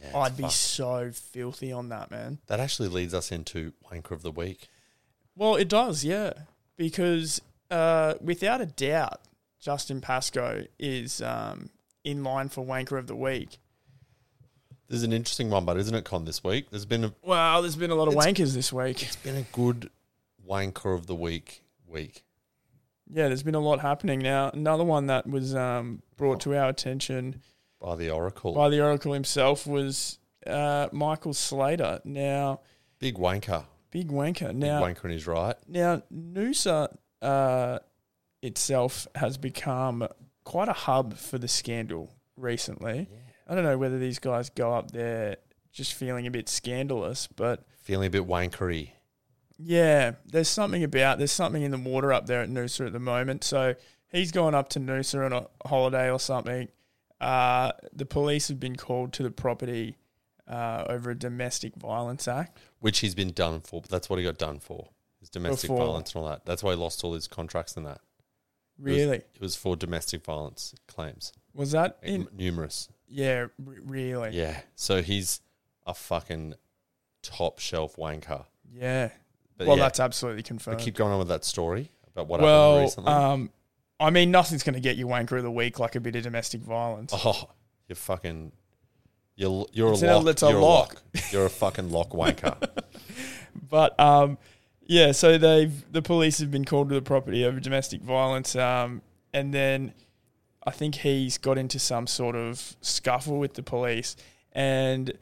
C: Yeah, it's
B: I'd be
C: fucked.
B: so filthy on that, man.
C: that actually leads us into wanker of the week.
B: Well, it does, yeah, because uh, without a doubt, Justin Pascoe is um, in line for wanker of the week.
C: There's an interesting one, but isn't it, Con, this week? There's been a
B: Wow, there's been a lot of wankers this week.
C: It's been a good wanker of the week week.
B: Yeah, there's been a lot happening now. Another one that was um, brought to our attention
C: By the Oracle.
B: by the Oracle himself was uh, Michael Slater. Now,
C: Big wanker.
B: big wanker.
C: Big
B: Now,
C: wanker in his right.
B: Now, Noosa uh, itself has become quite a hub for the scandal recently. I don't know whether these guys go up there just feeling a bit scandalous, but
C: Feeling a bit wankery.
B: yeah, there's something about there's something in the water up there at Noosa at the moment. So he's gone up to Noosa on a holiday or something. Uh, the police have been called to the property uh, over a domestic violence act.
C: Which he's been done for. But that's what he got done for. His domestic
B: Before.
C: violence and all that. That's why he lost all his contracts and that. It was-
B: Really?
C: It was, for domestic violence claims.
B: Was that in?
C: M- Numerous.
B: Yeah, r- really.
C: Yeah. So he's a fucking top shelf wanker.
B: Yeah.
C: But
B: well,
C: yeah,
B: that's absolutely
C: I
B: confirmed.
C: keep going on with that story about what happened
B: well,
C: recently.
B: um, I mean, nothing's going to get you wanker of the week like a bit of domestic violence.
C: Oh, you're fucking. You're, you're a
B: It's an-
C: lock.
B: it's a
C: you're
B: lock.
C: a lock. You're a fucking lock wanker.
B: But um, yeah, so they've the police have been called to the property over domestic violence, um, and then I think he's got into some sort of scuffle with the police, and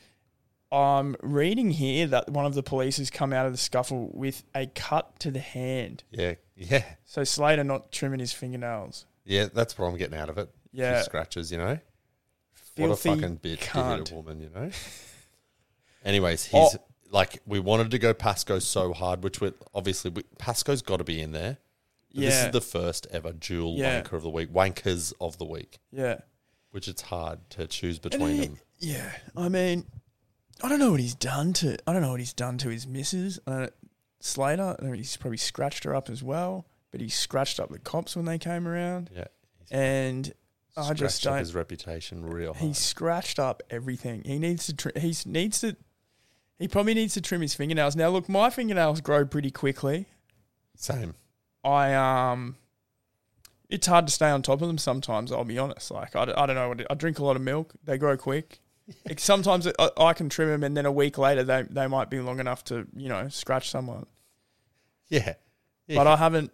B: I'm reading here that one of the police has come out of the scuffle with a cut to the hand.
C: Yeah, yeah,
B: So Slater not trimming his fingernails.
C: yeah. That's what I'm getting out of it. A few
B: Yeah.
C: scratches. You know, what a
B: Filthy
C: fucking bitch to hit
B: cunt. Oh.
C: a woman. You know. Anyways, he's like we wanted to go Pasco so hard, which we obviously we, Pasco's got to be in there. But This
B: Yeah.
C: is the first ever dual
B: Yeah.
C: wanker of the week, wankers of the week,
B: Yeah.
C: which it's hard to choose
B: And
C: between
B: he-
C: them.
B: Yeah, I mean, I don't know what he's done to. I don't know what he's done to his missus. I don't, Slater, I mean, he's probably scratched her up as well. But he scratched up the cops when they came around,
C: Yeah,
B: and I just
C: Scratched up
B: don't.
C: his reputation real hard.
B: He scratched up everything. He needs to. Tr- he needs to. He probably needs to trim his fingernails. Now, look, my fingernails grow pretty quickly.
C: Same.
B: I um, it's hard to stay on top of them sometimes. I'll be honest. Like I, d- I don't know. What it, I drink a lot of milk. They grow quick. Like, sometimes I, I can trim them, and then a week later they they might be long enough to you know scratch someone.
C: Yeah. yeah.
B: But I haven't.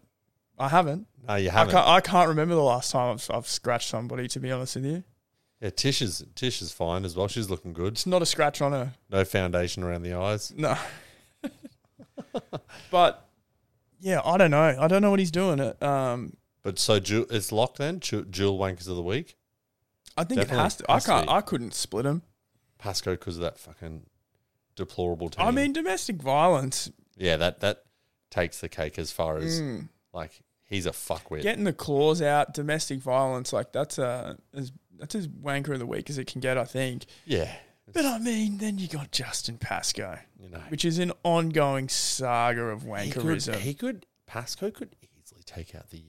B: I haven't.
C: no, you
B: I
C: haven't.
B: can't, I can't remember the last time I've, I've scratched somebody. To be honest with you,
C: Yeah, Tish is Tish is fine as well. She's looking good.
B: it's not a scratch on her.
C: No foundation around the eyes.
B: No. but yeah, I don't know. I don't know what he's doing. It. Um,
C: But so ju- it's locked then. Ju- Jewel wankers of the week.
B: I think
C: Definitely
B: it has to.
C: has
B: I
C: to
B: can't.
C: be.
B: I couldn't split him.
C: Pasco because of that fucking deplorable team.
B: I mean, domestic violence.
C: yeah, that that takes the cake as far as
B: Mm.
C: like he's a fuckwit.
B: getting the claws out, domestic violence, like that's uh as that's as wanker of the week as it can get, I think.
C: yeah,
B: But uh, I mean, then you got Justin Pascoe,
C: you know,
B: which is an ongoing saga of
C: he could,
B: wankerism.
C: he could Pasco could easily take out the year.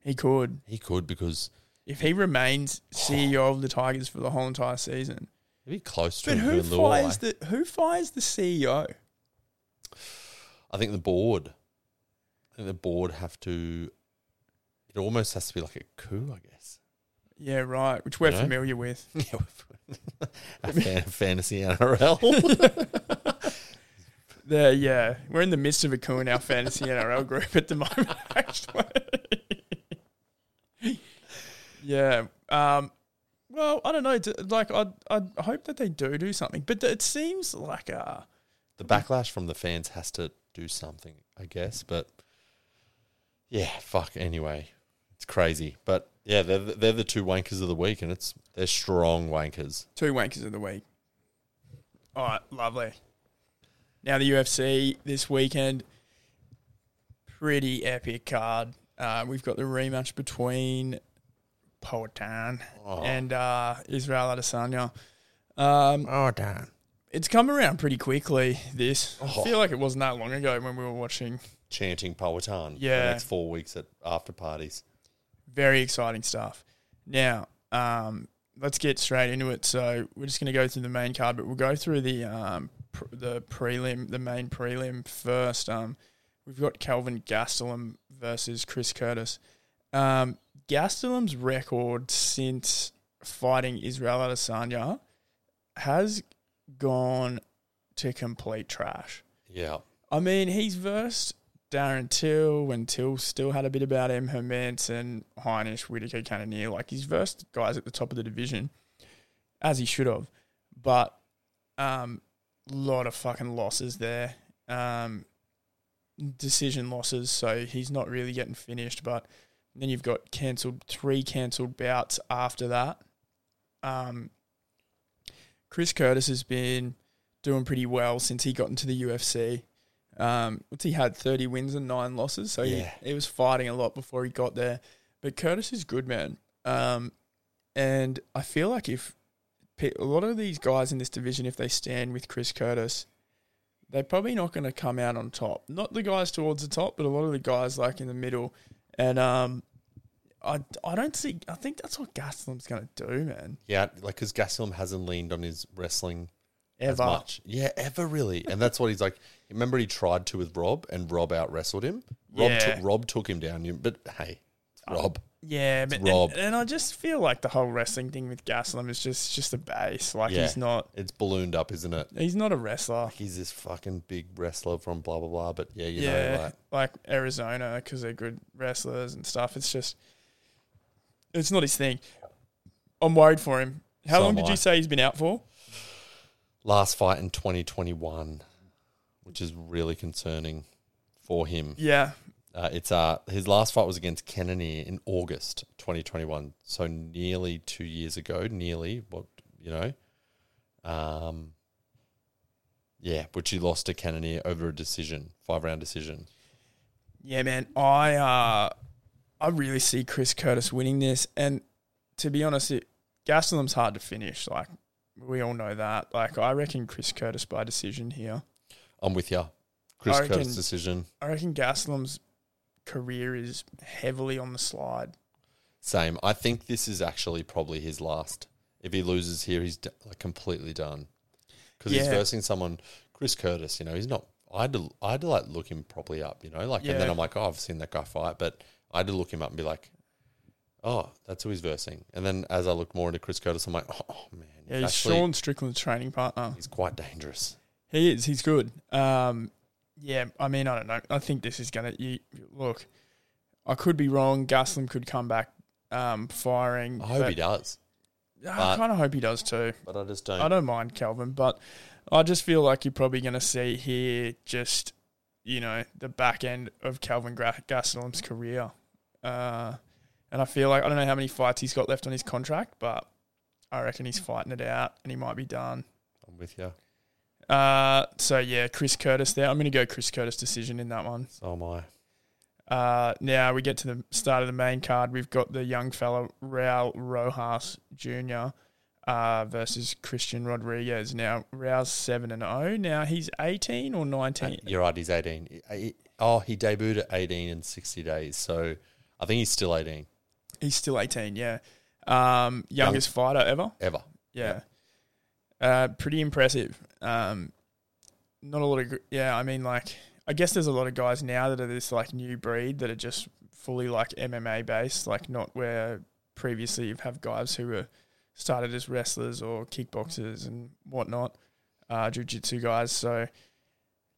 B: He could,
C: He could because
B: if he remains CEO of the Tigers for the whole entire season.
C: he'd be close to
B: But
C: him
B: who
C: in Luai.
B: fires the who fires the E CEO?
C: I think the board, I think the board have to. It almost has to be like a coup, I guess.
B: Yeah, right, which we're
C: Yeah.
B: familiar with.
C: Yeah, we've- a fan, fantasy NRL.
B: The, yeah, we're in the midst of a coup in our fantasy NRL group at the moment. Actually, yeah. Um, well, I don't know. d- Like, I I hope that they do do something, but it seems like uh
C: the backlash from the fans has to do something, I guess. But yeah, fuck. Anyway, it's crazy. But yeah, they're the- they're the two wankers of the week, and it's they're strong wankers.
B: two wankers of the week. All right, lovely. Now the UFC this weekend, pretty epic card. Uh, we've got the rematch between Poatan and uh, Israel Adesanya. Um,
C: Oh damn!
B: It's come around pretty quickly. This I feel like it wasn't that long ago when we were watching.
C: Chanting Powhatan.
B: Yeah.
C: the next four weeks at after parties.
B: Very exciting stuff. Now, um, let's get straight into it. So we're just going to go through the main card, but we'll go through the um, pr- the prelim, the main prelim first. Um, we've got Calvin Gastelum versus Chris Curtis. Um, Gastelum's record since fighting Israel Adesanya has gone to complete trash.
C: Yeah,
B: I mean, he's versed Darren Till when Till still had a bit about him, Hermanson, Heinisch, Whitaker, Cannoneer. Like, he's versed guys at the top of the division, as he should have. But um, lot of fucking losses there. Um, decision losses, so he's not really getting finished. But then you've got cancelled three cancelled bouts after that. Um, Chris Curtis has been doing pretty well since he got into the UFC. Um, what's he had thirty wins and nine losses, so
C: Yeah.
B: he, he was fighting a lot before he got there. But Curtis is good, man. Um, and I feel like if pe- a lot of these guys in this division, if they stand with Chris Curtis, they're probably not going to come out on top. Not the guys towards the top, but a lot of the guys like in the middle. And um, I, I don't see. I think that's what Gaslam's going to do, man.
C: yeah. Like because Gaslam hasn't leaned on his wrestling as
B: Ever.
C: much. Yeah, ever really. And that's what he's like. Remember, he tried to with Rob, and Rob out wrestled him. Rob,
B: Yeah. Oh.
C: took Rob took him down. You- But hey, it's Rob.
B: Yeah, but
C: Rob.
B: and, and I just feel like the whole wrestling thing with Gaslam is just just a base. Like
C: Yeah.
B: he's not.
C: It's ballooned up, isn't it?
B: He's not a wrestler.
C: He's this fucking big wrestler from blah blah blah. But yeah, you
B: yeah,
C: know, like
B: like Arizona because they're good wrestlers and stuff. It's just, it's not his thing. I'm worried for him. How
C: So
B: long
C: am
B: did
C: I.
B: you say he's been out for?
C: last fight in 2021, which is really concerning for him.
B: Yeah,
C: Uh, it's uh his last fight was against Cannonier in August 2021, so nearly two years ago. Nearly, what you know, um, Yeah, but you lost to Cannoneer over a decision, five round decision.
B: Yeah, man. I uh, I really see Chris Curtis winning this, and to be honest, it, Gastelum's hard to finish. Like we all know that. Like I reckon Chris Curtis by decision here.
C: I'm with ya. Chris
B: I
C: Curtis
B: reckon-
C: decision.
B: I reckon Gastelum's career is heavily on the slide.
C: Same. I think this is actually probably his last. If he loses here, he's d- like completely done. Because he's
B: Yeah.
C: versing someone, Chris Curtis. You know, he's not. I had to, I had to like look him properly up. You know, like, and then
B: Yeah.
C: I'm like, oh, I've seen that guy fight, but I had to look him up and be like, oh, that's who he's versing. And then as I looked more into Chris Curtis, I'm like, oh, oh, man,
B: Yeah, he's
C: actually-
B: Sean Strickland's training partner.
C: he's quite dangerous.
B: He is. He's good. Um, yeah, I mean, I don't know. I think this is gonna you, look. I could be wrong. Gaslam could come back um, firing.
C: I hope
B: but-
C: he does,
B: I
C: but-
B: kind of hope he does too.
C: but I just
B: I don't mind Calvin, but I just feel like you're probably going to see here just, you know, the back end of Calvin Gra- Gastelum's career. Uh, and I feel like I don't know how many fights he's got left on his contract, but I reckon he's fighting it out and he might be done.
C: I'm with you.
B: Uh, so, yeah, Chris Curtis there. I'm going to go Chris Curtis decision in that one.
C: So am I.
B: Uh, now we get to the start of the main card. We've got the young fella Raul Rojas Jr. Uh, versus Christian Rodriguez. Now Raul's seven and zero. Now he's eighteen or nineteen.
C: You're right. He's 18. He- he- Oh, he debuted at 18 in 60 days. So I think he's still 18
B: He's still eighteen. Yeah. Um, youngest fighter ever.
C: ever.
B: Yeah. Uh, pretty impressive. Um, not a lot of gr- yeah. I mean, like I guess there's a lot of guys now that are this like new breed that are just fully like MMA based, like not where previously you've have guys who were started as wrestlers or kickboxers and whatnot, uh, jujitsu guys. So.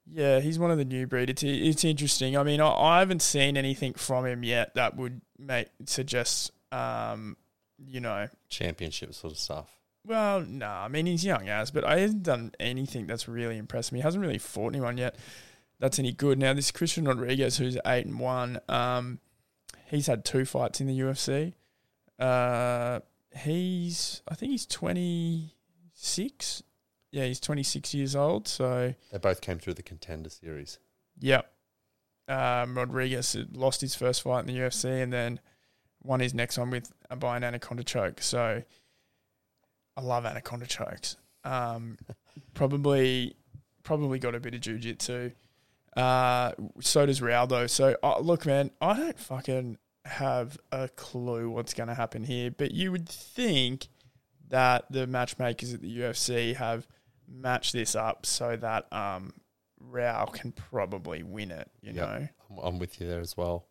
B: Yeah, he's one of the new breed. It's it's interesting. I mean, I, I haven't seen anything from him yet that would make suggest, um, you know,
C: Championship sort of stuff.
B: well, no, I mean he's young as, but I hasn't done anything that's really impressed me. He hasn't really fought anyone yet that's any good. Now this Christian Rodriguez, who's eight and one, um, he's had two fights in the UFC. Uh, he's I think he's twenty six. Yeah, he's twenty six years old. So
C: They both came through the contender series.
B: yeah, um, Rodriguez had lost his first fight in the UFC and then won his next one with uh, by an anaconda choke. So I love anaconda chokes. Um, probably, probably got a bit of jujitsu. Uh, so does Raul though. So uh, look, man, I don't fucking have a clue what's going to happen here, but you would think that the matchmakers at the UFC have matched this up so that um, Raul can probably win it. You
C: Yep.
B: know.
C: I'm, I'm with you there as well.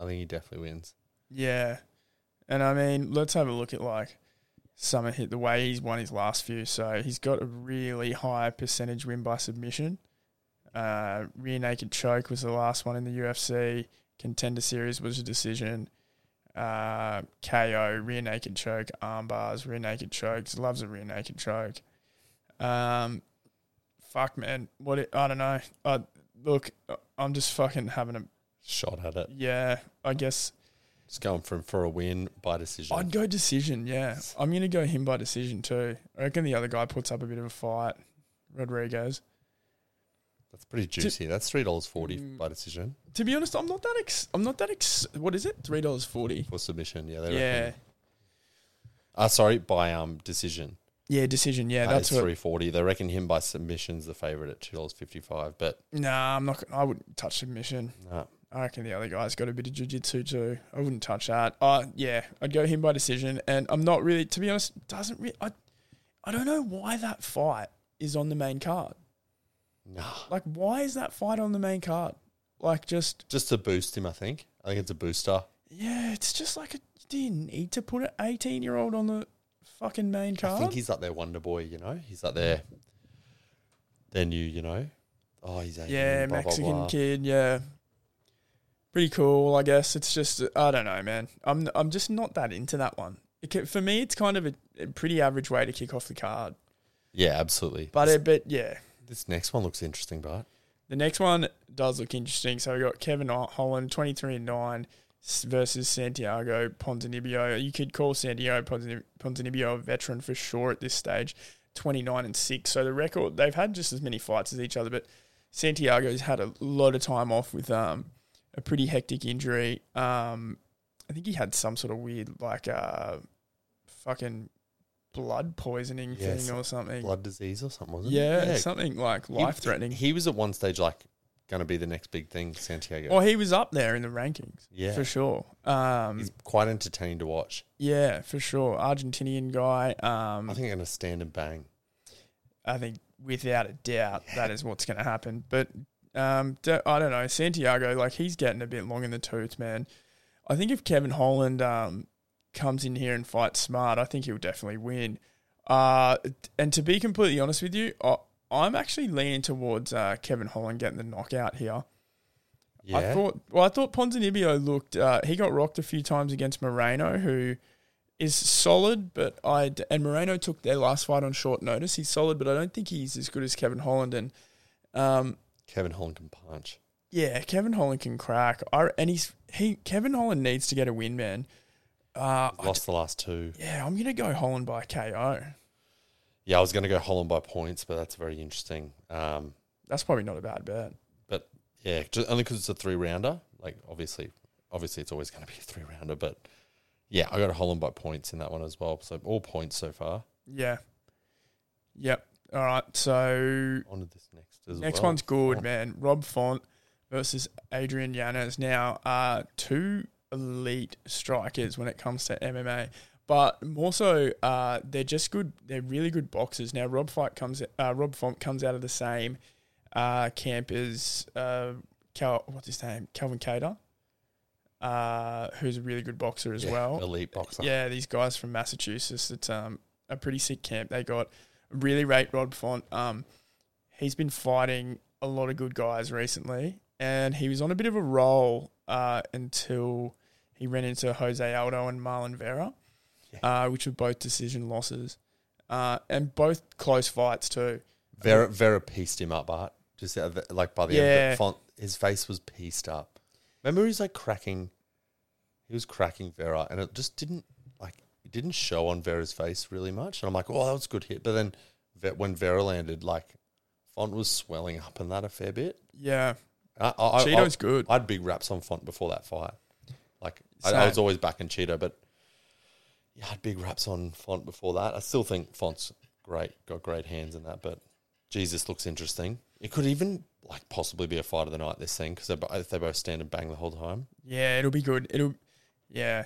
C: I think he definitely wins.
B: Yeah. And I mean, let's have a look at like Summer hit the way he's won his last few. So he's got a really high percentage win by submission. Uh, rear naked choke was the last one in the UFC. Contender series was a decision. Uh, KO, rear naked choke, arm bars, rear naked chokes. Loves a rear naked choke. Um, fuck man, what it, I don't know. I, look, I'm just fucking having a
C: Shot at it.
B: yeah. I guess
C: Just going for him for a win by decision.
B: I'd go decision, yeah. I'm going to go him by decision too. I reckon the other guy puts up a bit of a fight, Rodriguez.
C: That's pretty juicy. That's three dollars forty
B: Mm.
C: by decision
B: To be honest, I'm not that ex- I'm not that ex- what is it? $3.40.
C: for submission. Yeah, they
B: Yeah.
C: Reckon. Uh, sorry, by um decision.
B: Yeah, decision. Yeah,
C: That is
B: that's what
C: three forty. They reckon him by submission's the favorite at two dollars fifty five. But
B: Nah, I'm not I wouldn't touch submission.
C: nah,
B: I reckon the other guy's got a bit of jiu-jitsu too. I wouldn't touch that. Uh yeah, I'd go him by decision and I'm not really to be honest, doesn't really I I don't know why that fight is on the main card.
C: nah.
B: Like why is that fight on the main card? Like just
C: Just to boost him, I think. I think it's a booster.
B: Yeah, it's just like a, you didn't need to put an 18 year old on the fucking main
C: I
B: card.
C: think he's like their Wonder Boy, you know? He's like their their new, you know? Oh, he's Asian.
B: yeah,
C: blah, blah,
B: Mexican
C: blah.
B: kid. Yeah, pretty cool. I guess it's just I don't know, man. I'm I'm just not that into that one. It ca for me, it's kind of a, a pretty average way to kick off the card.
C: Yeah, absolutely.
B: But
C: this,
B: it, but yeah,
C: this next one looks interesting, but
B: the next one does look interesting. So we got Kevin Ho- Holland, 23 and nine. s- Versus Santiago Ponzinibbio, you could call Santiago Ponzini- Ponzinibbio a veteran for sure at this stage. 29 and 6. So the record, they've had just as many fights as each other, but Santiago's had a lot of time off with um, a pretty hectic injury. Um, I think he had some sort of weird, like, uh, fucking blood poisoning
C: Yeah,
B: thing
C: some
B: or something.
C: Blood disease or something, wasn't
B: yeah,
C: it?
B: something like life threatening.
C: He, he was at one stage like going to be the next big thing, Santiago.
B: Well, he was up there in the rankings
C: yeah.
B: Oh, for sure. Um,
C: He's quite entertaining to watch.
B: yeah, for sure. Argentinian guy. Um,
C: I think I'm going to stand and bang.
B: I think without a doubt that is what's going to happen. But um, d- I don't know Santiago, like he's getting a bit long in the tooth, man. I think if Kevin Holland um, comes in here and fights smart, I think he'll definitely win. Uh, and to be completely honest with you, I, I'm actually leaning towards uh, Kevin Holland getting the knockout here.
C: Yeah.
B: I thought. Well, I thought Ponzinibbio looked. Uh, he got rocked a few times against Moreno, who is solid, but I d- and Moreno took their last fight on short notice. He's solid, but I don't think he's as good as Kevin Holland. And um,
C: Kevin Holland can punch.
B: yeah, Kevin Holland can crack. I, and he's he Kevin Holland needs to get a win, man. Uh, I
C: Lost the last two.
B: d- yeah, I'm gonna go Holland by KO.
C: Yeah, I was going to go Holland by points, but that's very interesting. Um,
B: That's probably not a bad bet.
C: but yeah, just only because it's a three rounder. Like obviously, obviously it's always going to be a three rounder. But yeah, I got Holland by points in that one as well. So all points so far.
B: Yeah. Yep. All right. So
C: On to this next as well.
B: Next one's good,
C: Oh,
B: man. Rob Font versus Adrian Yanez. Now, uh, two elite strikers when it comes to MMA, but more so, uh, they're just good. They're really good boxers. Now, Rob Fight comes, uh, Rob Font comes out of the same uh, camp as uh, Cal, what's his name, Calvin Cater, uh, who's a really good boxer as
C: yeah,
B: well.
C: elite boxer.
B: Yeah, these guys from Massachusetts. It's um a pretty sick camp they got. Really rate Rod Font. Um, he's been fighting a lot of good guys recently, and he was on a bit of a roll uh, until he ran into Jose Aldo and Marlon Vera, uh, which were both decision losses, uh, and both close fights too.
C: Vera Vera pieced him up, Art. Just out of the- like by the end,
B: Yeah.
C: of it, font his face was pieced up. Remember, he's like cracking. He was cracking Vera, and it just didn't like it didn't show on Vera's face really much. And I'm like, oh, that was a good hit. But then Ve- when Vera landed, like Font was swelling up in that a fair bit.
B: Yeah,
C: I, I, I-
B: Cheeto's good.
C: I had big raps on Font before that fight. Like I, I
B: Same.
C: was always backing Cheeto, but yeah, I had big raps on Font before that. I still think Font's great, got great hands in that, but Jesus looks interesting. It could even like possibly be a fight of the night this thing because they, bo- they both stand and bang the whole time.
B: Yeah, it'll be good. It'll, yeah,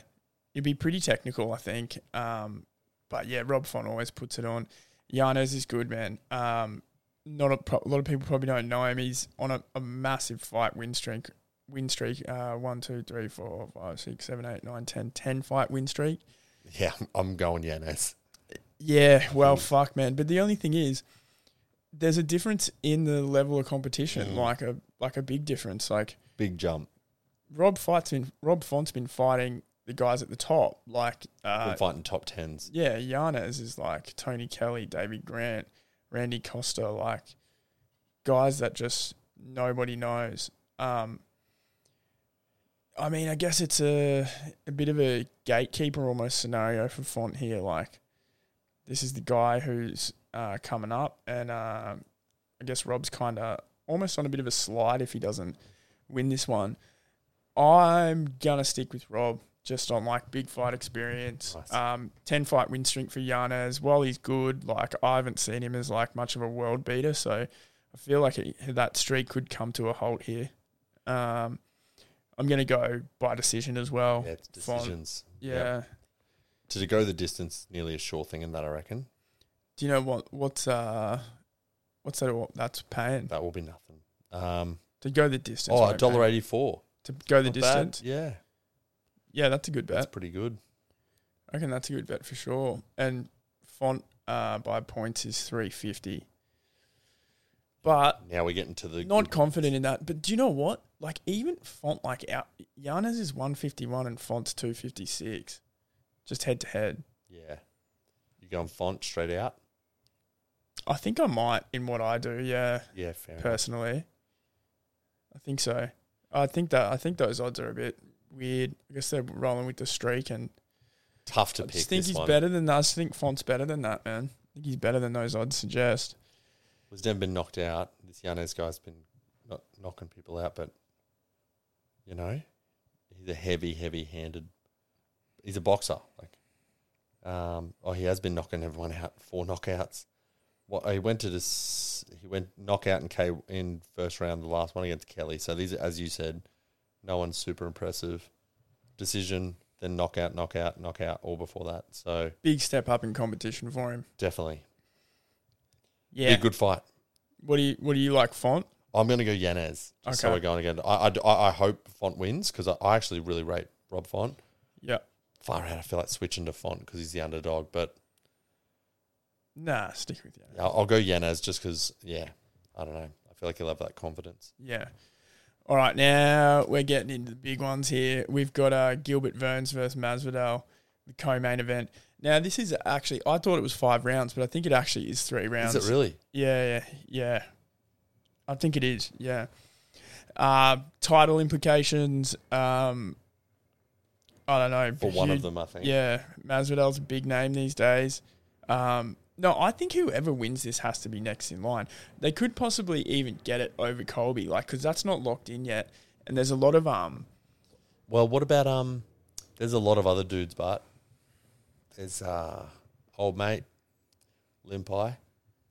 B: it'll be pretty technical, I think. Um, but yeah, Rob Font always puts it on. Yanez is good, man. Um, not a, pro- a lot of people probably don't know him. He's on a, a massive fight win streak. Win streak. Uh, one, two, three, four, five, six, seven, eight, nine, ten, ten fight win streak.
C: Yeah, I'm- I'm going Yanez.
B: Yeah, well, fuck, man. But the only thing is, there's a difference in the level of competition. Like a like a big difference. Like
C: Big jump.
B: Rob fight's been Rob Font's been fighting the guys at the top, like
C: Been
B: uh,
C: fighting top tens.
B: yeah, Yanez is like Tony Kelly, David Grant, Randy Costa, like guys that just nobody knows. Um, I mean, I guess it's a a bit of a gatekeeper almost scenario for Font here. Like, this is the guy who's uh, coming up, and um I guess Rob's kind of almost on a bit of a slide if he doesn't win this one. I'm gonna stick with Rob just on like big fight experience.
C: Nice.
B: Um, ten fight win streak for Yanez. While he's good, like I haven't seen him as like much of a world beater, so I feel like he, that streak could come to a halt here. Um, I'm gonna go by decision as well.
C: Yeah, it's
B: Font.
C: decisions.
B: Yeah.
C: To go the distance, nearly a sure thing in that, I reckon.
B: Do you know what what's uh what's that? What that's paying
C: That will be nothing. Um,
B: to go the distance?
C: oh,
B: mate,
C: dollar
B: mate.
C: eighty four.
B: to go the distance.
C: Yeah,
B: Yeah, that's a good bet.
C: that's pretty good.
B: I reckon that's a good bet for sure. And font uh, by points is 350. But
C: Now we're getting to the
B: not
C: good-
B: confident in that. But do you know what? Like, even font, like, out, Yanez is 151 and font's 256. Just head to head.
C: Yeah. You going font straight out?
B: I think I might in what I do, yeah,
C: Yeah, fair enough.
B: personally. I think so. I think that I think those odds are a bit weird. I guess they're rolling with the streak, and
C: Tough to
B: I
C: pick.
B: just think
C: this
B: he's
C: one.
B: better than that. I just think Font's better than that, man. think he's better than those odds suggest.
C: He's never been knocked out. This Yanez guy's been not knocking people out, but you know, he's a heavy, heavy-handed. He's a boxer. Like, um, oh, he has been knocking everyone out. Four knockouts. What he went to this, he went knockout in K in first round, the last one against Kelly. So these, are, as you said, no one's super impressive. Decision, then knockout, knockout, knockout, all before that. So
B: Big step up in competition for him.
C: definitely
B: Yeah.
C: be a good fight.
B: What do you What do you like, Font?
C: I'm going to go Yanez. Just So
B: Okay.
C: we're going again. I, I, I hope Font wins because I, I actually really rate Rob Font.
B: Yeah.
C: Far out, I feel like switching to Font because he's the underdog. But
B: Nah, stick with Yanez.
C: I'll, I'll go Yanez just because, yeah, I don't know. I feel like he'll have that confidence.
B: Yeah. All right, now we're getting into the big ones here. We've got uh, Gilbert Burns versus Masvidal, the co-main event. Now this is actually I thought it was five rounds, but I think it actually is three rounds.
C: Is it really?
B: Yeah, yeah, yeah. I think it is. Yeah. Uh, title implications. Um, I don't know
C: For one
B: huge-
C: of them, I think.
B: Yeah, Masvidal's a big name these days. Um, no, I think whoever wins this has to be next in line. They could possibly even get it over Colby, like because that's not locked in yet. And there's a lot of um,
C: Well, what about, um, there's a lot of other dudes, but there's uh, old mate, Limpai.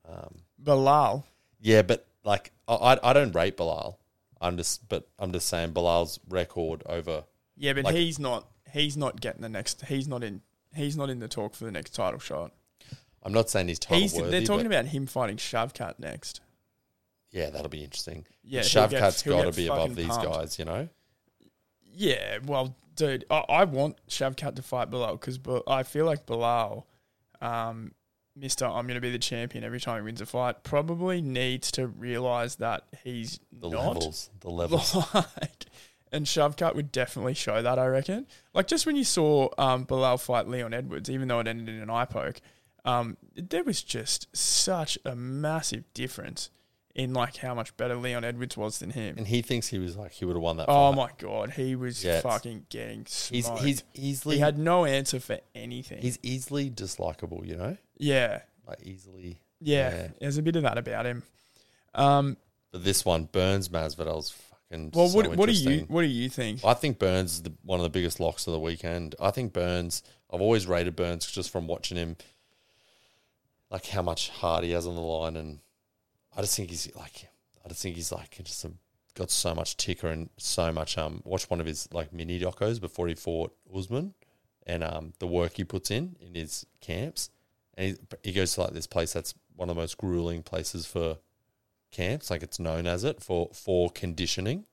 C: Um,
B: Bilal.
C: Yeah, but like I, I- I don't rate Bilal. I'm just, but I'm just saying Bilal's record over.
B: Yeah, but
C: Like-
B: he's not. He's not getting the next. He's not in. He's not in the talk for the next title shot.
C: I'm not saying he's title
B: He's.
C: worthy.
B: they're talking
C: but-
B: about him fighting Shavkat next.
C: Yeah, that'll be interesting.
B: Yeah,
C: Yeah,
B: he'll get-
C: Shavkat's
B: he'll
C: got to
B: get
C: be above
B: fucking
C: these
B: pumped.
C: guys, you know.
B: Yeah, well, dude, I, I want Shavkat to fight Bilal because I feel like Bilal, um, Mister, I'm going to be the champion every time he wins a fight. Probably needs to realize that he's
C: The
B: not
C: levels, the levels.
B: like, and Shavkat would definitely show that. I reckon. Like just when you saw um, Bilal fight Leon Edwards, even though it ended in an eye poke, um, there was just such a massive difference in like how much better Leon Edwards was than him.
C: and he thinks he was like he would have won that.
B: Oh
C: fight.
B: my god, he was
C: Yeah, it's-
B: fucking getting
C: He's
B: smoked.
C: he's easily
B: he had no answer for anything.
C: he's easily dislikable, you know,
B: yeah,
C: like easily.
B: yeah,
C: Yeah.
B: There's a bit of that about him. Um,
C: But this one, Burns Masvidal's fucking.
B: well,
C: so
B: what what do you
C: interesting.
B: what do you think?
C: I think Burns is the, one of the biggest locks of the weekend. I think Burns. I've always rated Burns just from watching him, like how much heart he has on the line, and I just think he's like, I just think he's like just a, got so much ticker and so much. Um, watch one of his like mini docos before he fought Usman, and um, the work he puts in in his camps, and he, he goes to like this place that's one of the most grueling places for camps, like it's known as it for for conditioning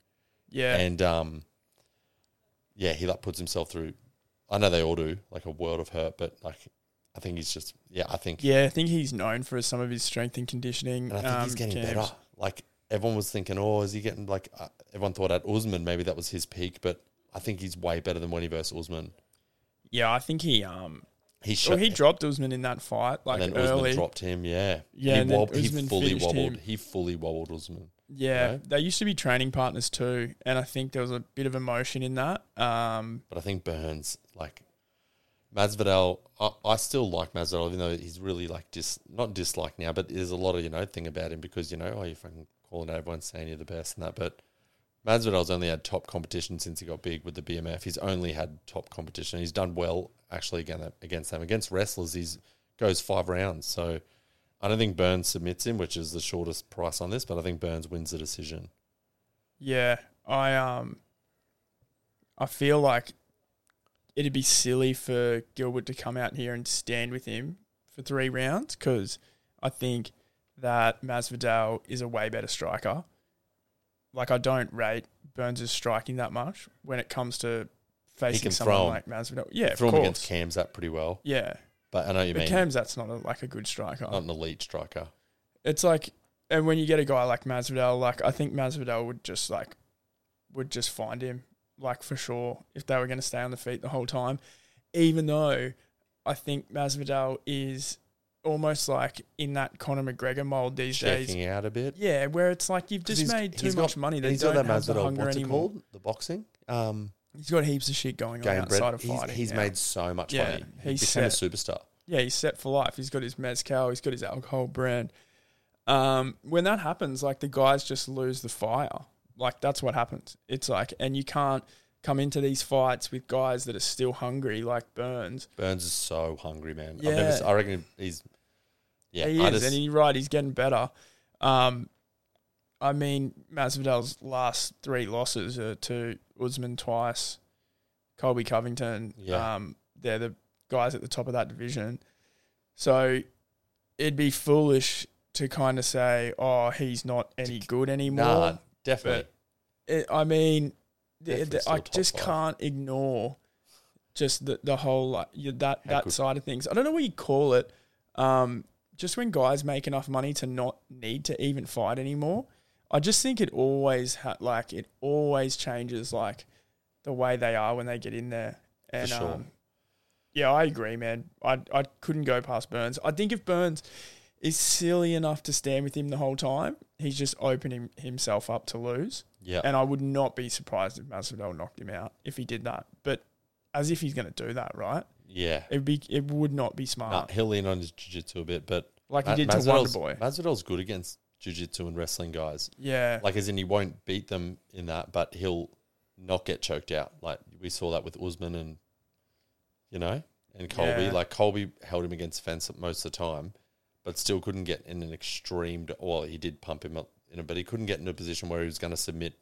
B: Yeah,
C: and um, yeah, he like puts himself through. I know they all do, like a world of hurt, but like I think he's just yeah, I think
B: yeah. I think he's known for some of his strength and conditioning.
C: and I think he's
B: um,
C: getting
B: camps.
C: better. Like everyone was thinking, oh, is he getting like uh, everyone thought at Usman maybe that was his peak, but I think he's way better than when he versus Usman.
B: Yeah, I think he um.
C: He shot
B: Well, he dropped Usman in that fight, like
C: and then
B: early.
C: Usman dropped him. Yeah,
B: Yeah,
C: He,
B: and then
C: wob- he
B: Usman
C: fully
B: finished
C: wobbled.
B: him.
C: He fully wobbled Usman.
B: yeah,
C: Right.
B: they used to be training partners too, and I think there was a bit of emotion in that. Um,
C: But I think Burns, like Masvidal, I, I still like Masvidal, even though he's really like dis not dislike now, but there's a lot of you know thing about him because you know oh you're fucking calling out everyone saying you're the best and that, but Masvidal's only had top competition since he got big with the BMF. He's only had top competition. He's done well actually against them- against them against wrestlers. He's goes five rounds, so I don't think Burns submits him, which is the shortest price on this, but I think Burns wins the decision.
B: Yeah, I um, I feel like it'd be silly for Gilbert to come out here and stand with him for three rounds because I think that Masvidal is a way better striker. Like I don't rate Burns' striking that much when it comes to facing
C: can
B: someone
C: throw him.
B: like Masvidal. Yeah,
C: Threw
B: of
C: him
B: course.
C: against Cam's that pretty well,
B: yeah,
C: but I know what you
B: but
C: mean
B: Cam's that's not a, like a good striker.
C: not an elite striker.
B: it's like, and when you get a guy like Masvidal, like I think Masvidal would just like, would just find him like for sure if they were going to stay on the feet the whole time. Even though I think Masvidal is almost like in that Conor McGregor mold these days.
C: checking out a bit.
B: Yeah, where it's like you've just
C: He's-
B: made too
C: he's
B: much
C: got-
B: money.
C: and
B: They
C: he's
B: don't
C: got that
B: have the
C: Masvidal,
B: hunger
C: what's it
B: anymore.
C: called? The boxing, um,
B: He's got heaps of shit going on
C: game
B: outside
C: bread.
B: of
C: He's,
B: fighting.
C: he's
B: now.
C: made so much
B: Yeah,
C: money. He
B: he's
C: became
B: set.
C: a superstar.
B: yeah, he's set for life. He's got his mezcal, he's got his alcohol brand. Um, when that happens, like the guys just lose the fire. Like that's what happens. It's like, and you can't come into these fights with guys that are still hungry, like Burns.
C: Burns is so hungry, man. I've never, s-
B: Yeah.
C: I reckon he's. Yeah,
B: he
C: I
B: is,
C: just-
B: and you're right. He's getting better. Um, I mean, Masvidal's last three losses are to Usman twice, Colby Covington.
C: Yeah.
B: Um, they're the guys at the top of that division. So it'd be foolish to kind of say, "Oh, he's not any good anymore."
C: nah, definitely.
B: it, I mean, th-
C: Definitely
B: th-
C: still
B: I
C: top
B: just
C: five.
B: can't ignore just the the whole like you- that
C: How
B: that
C: good-
B: side of things. I don't know what you call it. Um, just when guys make enough money to not need to even fight anymore, I just think it always ha- like it always changes like the way they are when they get in there. And
C: sure.
B: um, yeah, I agree, man. I I couldn't go past Burns. I think if Burns is silly enough to stand with him the whole time, he's just opening himself up to lose.
C: Yeah.
B: And I would not be surprised if Masvidal knocked him out if he did that. But as if he's going to do that, right?
C: yeah.
B: It be it would not be smart.
C: Nah, he'll lean on his jiu-jitsu a bit, but
B: Ah. Like he
C: Ma-
B: did to
C: Masvidal's-
B: Wonderboy.
C: Masvidal's good against jiu-jitsu and wrestling guys.
B: Yeah,
C: Like as in he won't beat them in that, but he'll not get choked out. Like we saw that with Usman and you know, and Colby.
B: Yeah.
C: Like Colby held him against the fence most of the time, but still couldn't get in an extreme well, he did pump him up in it, but he couldn't get in a position where he was gonna submit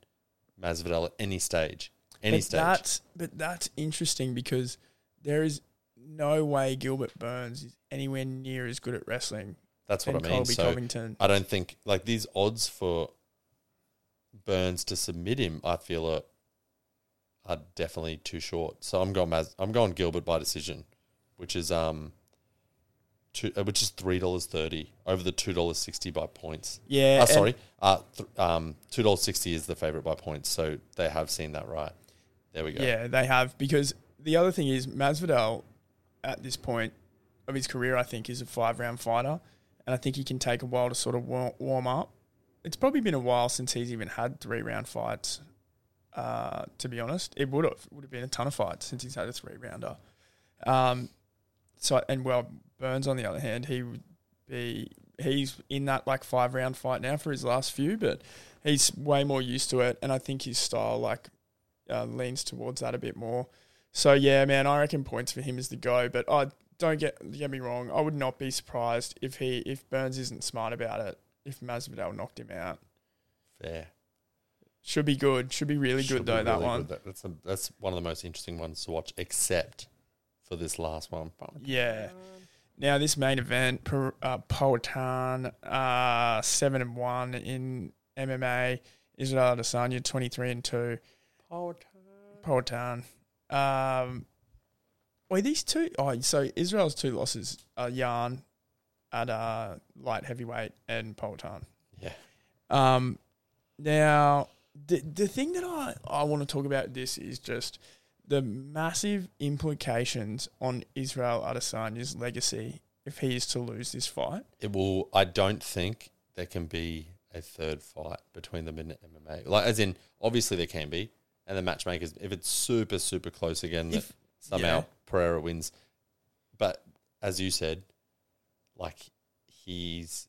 C: Masvidal at any stage. Any
B: but
C: stage.
B: That's but that's interesting because there is no way Gilbert Burns is anywhere near as good at wrestling
C: That's what I
B: than
C: mean.
B: Colby
C: so
B: Covington.
C: I don't think like these odds for Burns to submit him, I feel are, are definitely too short. So I'm going Mas- I'm going Gilbert by decision, which is um two, uh, which is three dollars thirty over the two dollars sixty by points.
B: Yeah,
C: uh,
B: and-
C: sorry, uh, th- um, two dollars sixty is the favorite by points, so they have seen that right. There we go.
B: Yeah, they have because the other thing is Masvidal at this point of his career, I think, is a five round fighter, and I think he can take a while to sort of wa- warm up. It's probably been a while since he's even had three round fights. Uh, to be honest, it would have would have been a ton of fights since he's had a three rounder. Um, so and well, Burns on the other hand, he would be he's in that like five round fight now for his last few, but he's way more used to it, and I think his style like uh, leans towards that a bit more. So yeah, man, I reckon points for him is the go. But I don't get get me wrong, I would not be surprised if he if Burns isn't smart about it, if Masvidal knocked him out.
C: Fair.
B: Should be good. Should be really
C: Should
B: good
C: be
B: though that
C: really
B: one.
C: good. That- That's a, that's one of the most interesting ones to watch, except for this last one.
B: Yeah. Now this main event, Per- uh, Poatan, uh, seven and one in MMA. Israel Adesanya, twenty three and two. Poatan. Um, wait, these two oh so Israel's two losses are Yarn at uh, light heavyweight and Poatan.
C: Yeah.
B: Um, now, the, the thing that I, I want to talk about this is just the massive implications on Israel Adesanya's legacy if he is to lose this fight.
C: It will. I don't think there can be a third fight between them in MMA. Like, as in, obviously there can be, and the matchmakers. If it's super, super close again,
B: If-
C: that Mm, somehow
B: yeah.
C: Pereira wins. But as you said, like he's.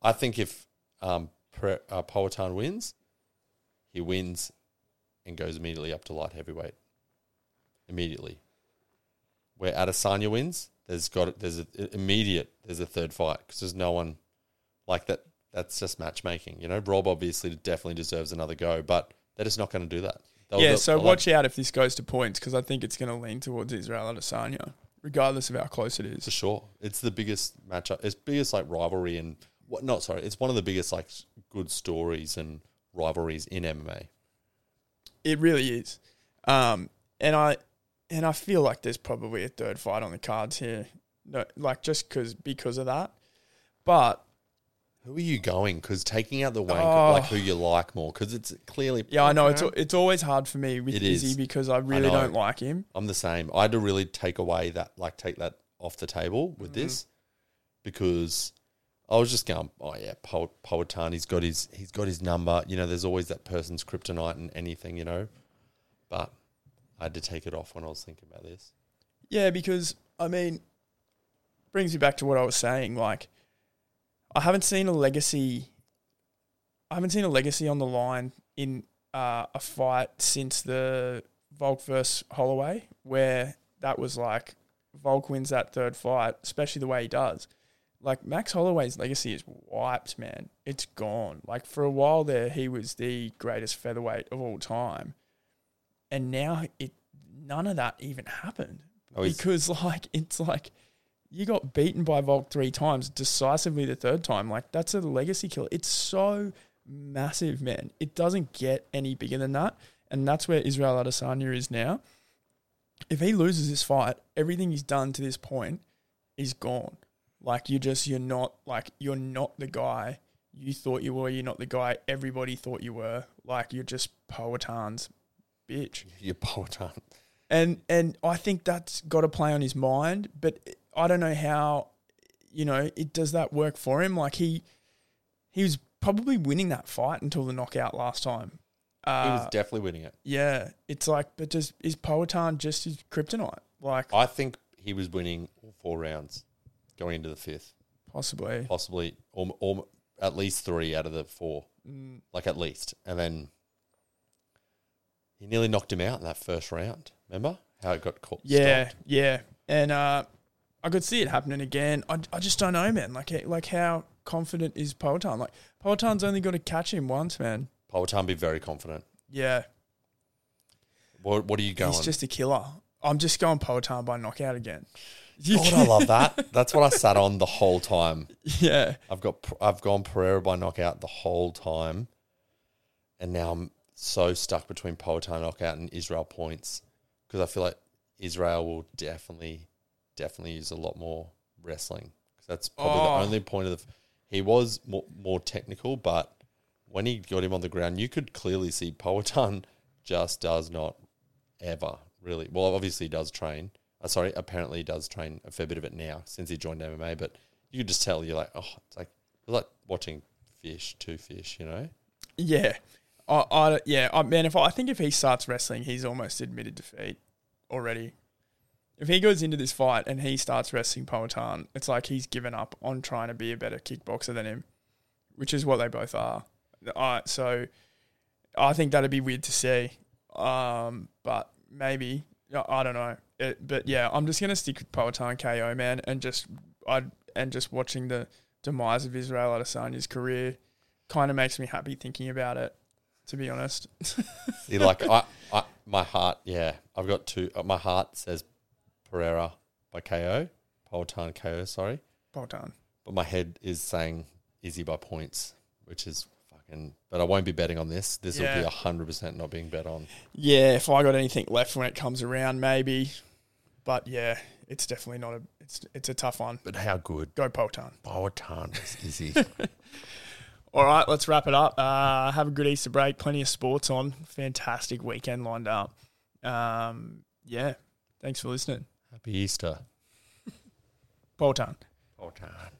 C: I think if um, Pere- uh, Powhatan wins, he wins, and goes immediately up to light heavyweight. Immediately, where Adesanya wins, there's got there's a, immediate there's a third fight because there's no one like that. That's just matchmaking, you know. Rob obviously definitely deserves another go, but they're just not going to do that. They'll-
B: yeah,
C: they'll-
B: so
C: they'll
B: watch out if this goes to points because I think it's going to lean towards Israel Adesanya, regardless of how close it is.
C: for sure. It's the biggest matchup. It's biggest like rivalry and what not. Sorry, it's one of the biggest like s- good stories and rivalries in MMA.
B: It really is. Um, and I and I feel like there's probably a third fight on the cards here. No, like just cause because of that. But
C: Who are you going? Because taking out the Wayne,
B: Oh.
C: like who you like more, because it's clearly
B: yeah, I know it's al- it's always hard for me with
C: It
B: Izzy
C: is.
B: because I really
C: know.
B: don't like him.
C: I'm the same. I had to really take away that, like, take that off the table with
B: Mm-hmm.
C: this because I was just going, oh yeah, Pol- Politani's got his, he's got his number. You know, there's always that person's kryptonite and anything, you know. But I had to take it off when I was thinking about this.
B: Yeah, because I mean, brings me back to what I was saying. Like, I haven't seen a legacy. I haven't seen a legacy on the line in uh, a fight since the Volk versus Holloway, where that was like Volk wins that third fight, especially the way he does. Like Max Holloway's legacy is wiped, man. It's gone. Like for a while there, he was the greatest featherweight of all time, and now it none of that even happened
C: Oh, he's-
B: because like it's like you got beaten by Volk three times, decisively the third time. Like that's a legacy killer. It's so massive, man. It doesn't get any bigger than that, and that's where Israel Adesanya is now. If he loses this fight, everything he's done to this point is gone. Like you just you're not like you're not the guy you thought you were. You're not the guy everybody thought you were. Like you're just Poetan's bitch
C: You're Poetan.
B: and and I think that's got to play on his mind. But I don't know how, you know, it does that work for him. Like he, he was probably winning that fight until the knockout last time. Uh,
C: he was definitely winning it.
B: yeah, it's like, but does is Poetan just his kryptonite? Like
C: I think he was winning all four rounds going into the fifth,
B: possibly,
C: possibly or, or at least three out of the four,
B: Mm.
C: like at least. And then he nearly knocked him out in that first round. Remember how it got caught?
B: yeah, yeah. And uh, I could see it happening again. I, I just don't know, man. Like like how confident is Poetan? Like Poetan's only got to catch him once, man.
C: Poetan be very confident.
B: Yeah,
C: What, what are you going?
B: He's just a killer. I'm just going Poetan by knockout again.
C: God, I love that. That's what I sat on the whole time.
B: Yeah.
C: I've got I've gone Pereira by knockout the whole time, and now I'm so stuck between Poatan knockout and Israel points because I feel like Israel will definitely definitely use a lot more wrestling because that's probably
B: Oh.
C: the only point of the, he was more, more technical, but when he got him on the ground, you could clearly see Poatan just does not ever really. Well, obviously he does train. Uh, sorry, apparently he does train a fair bit of it now since he joined MMA. But you could just tell you're like, oh, it's like it's like watching fish, two fish, you know.
B: Yeah. I, I yeah, I man, if I, I think if he starts wrestling, he's almost admitted defeat already. If he goes into this fight and he starts wrestling Poetan, it's like he's given up on trying to be a better kickboxer than him, which is what they both are. I, so I think that'd be weird to see. Um, but maybe I- I don't know. It, but yeah, I'm just gonna stick with Poetan KO, man, and just I and just watching the demise of Israel Adesanya's career kind of makes me happy thinking about it. To be honest,
C: See, like I, I, my heart, yeah, I've got two. Uh, my heart says Pereira by KO, Poltan KO, sorry,
B: Poetan.
C: but my head is saying Izzy by points, which is fucking. But I won't be betting on this. This will
B: Yeah.
C: be hundred percent not being bet on.
B: Yeah, if I got anything left when it comes around, maybe. But yeah, it's definitely not a. It's it's a tough one.
C: But how good
B: Go Poetan.
C: Poltan is Izzy?
B: All right, let's wrap it up. Uh, have a good Easter break. Plenty of sports on. Fantastic weekend lined up. Um, yeah, thanks for listening.
C: Happy Easter,
B: Poetan.
C: Poltan.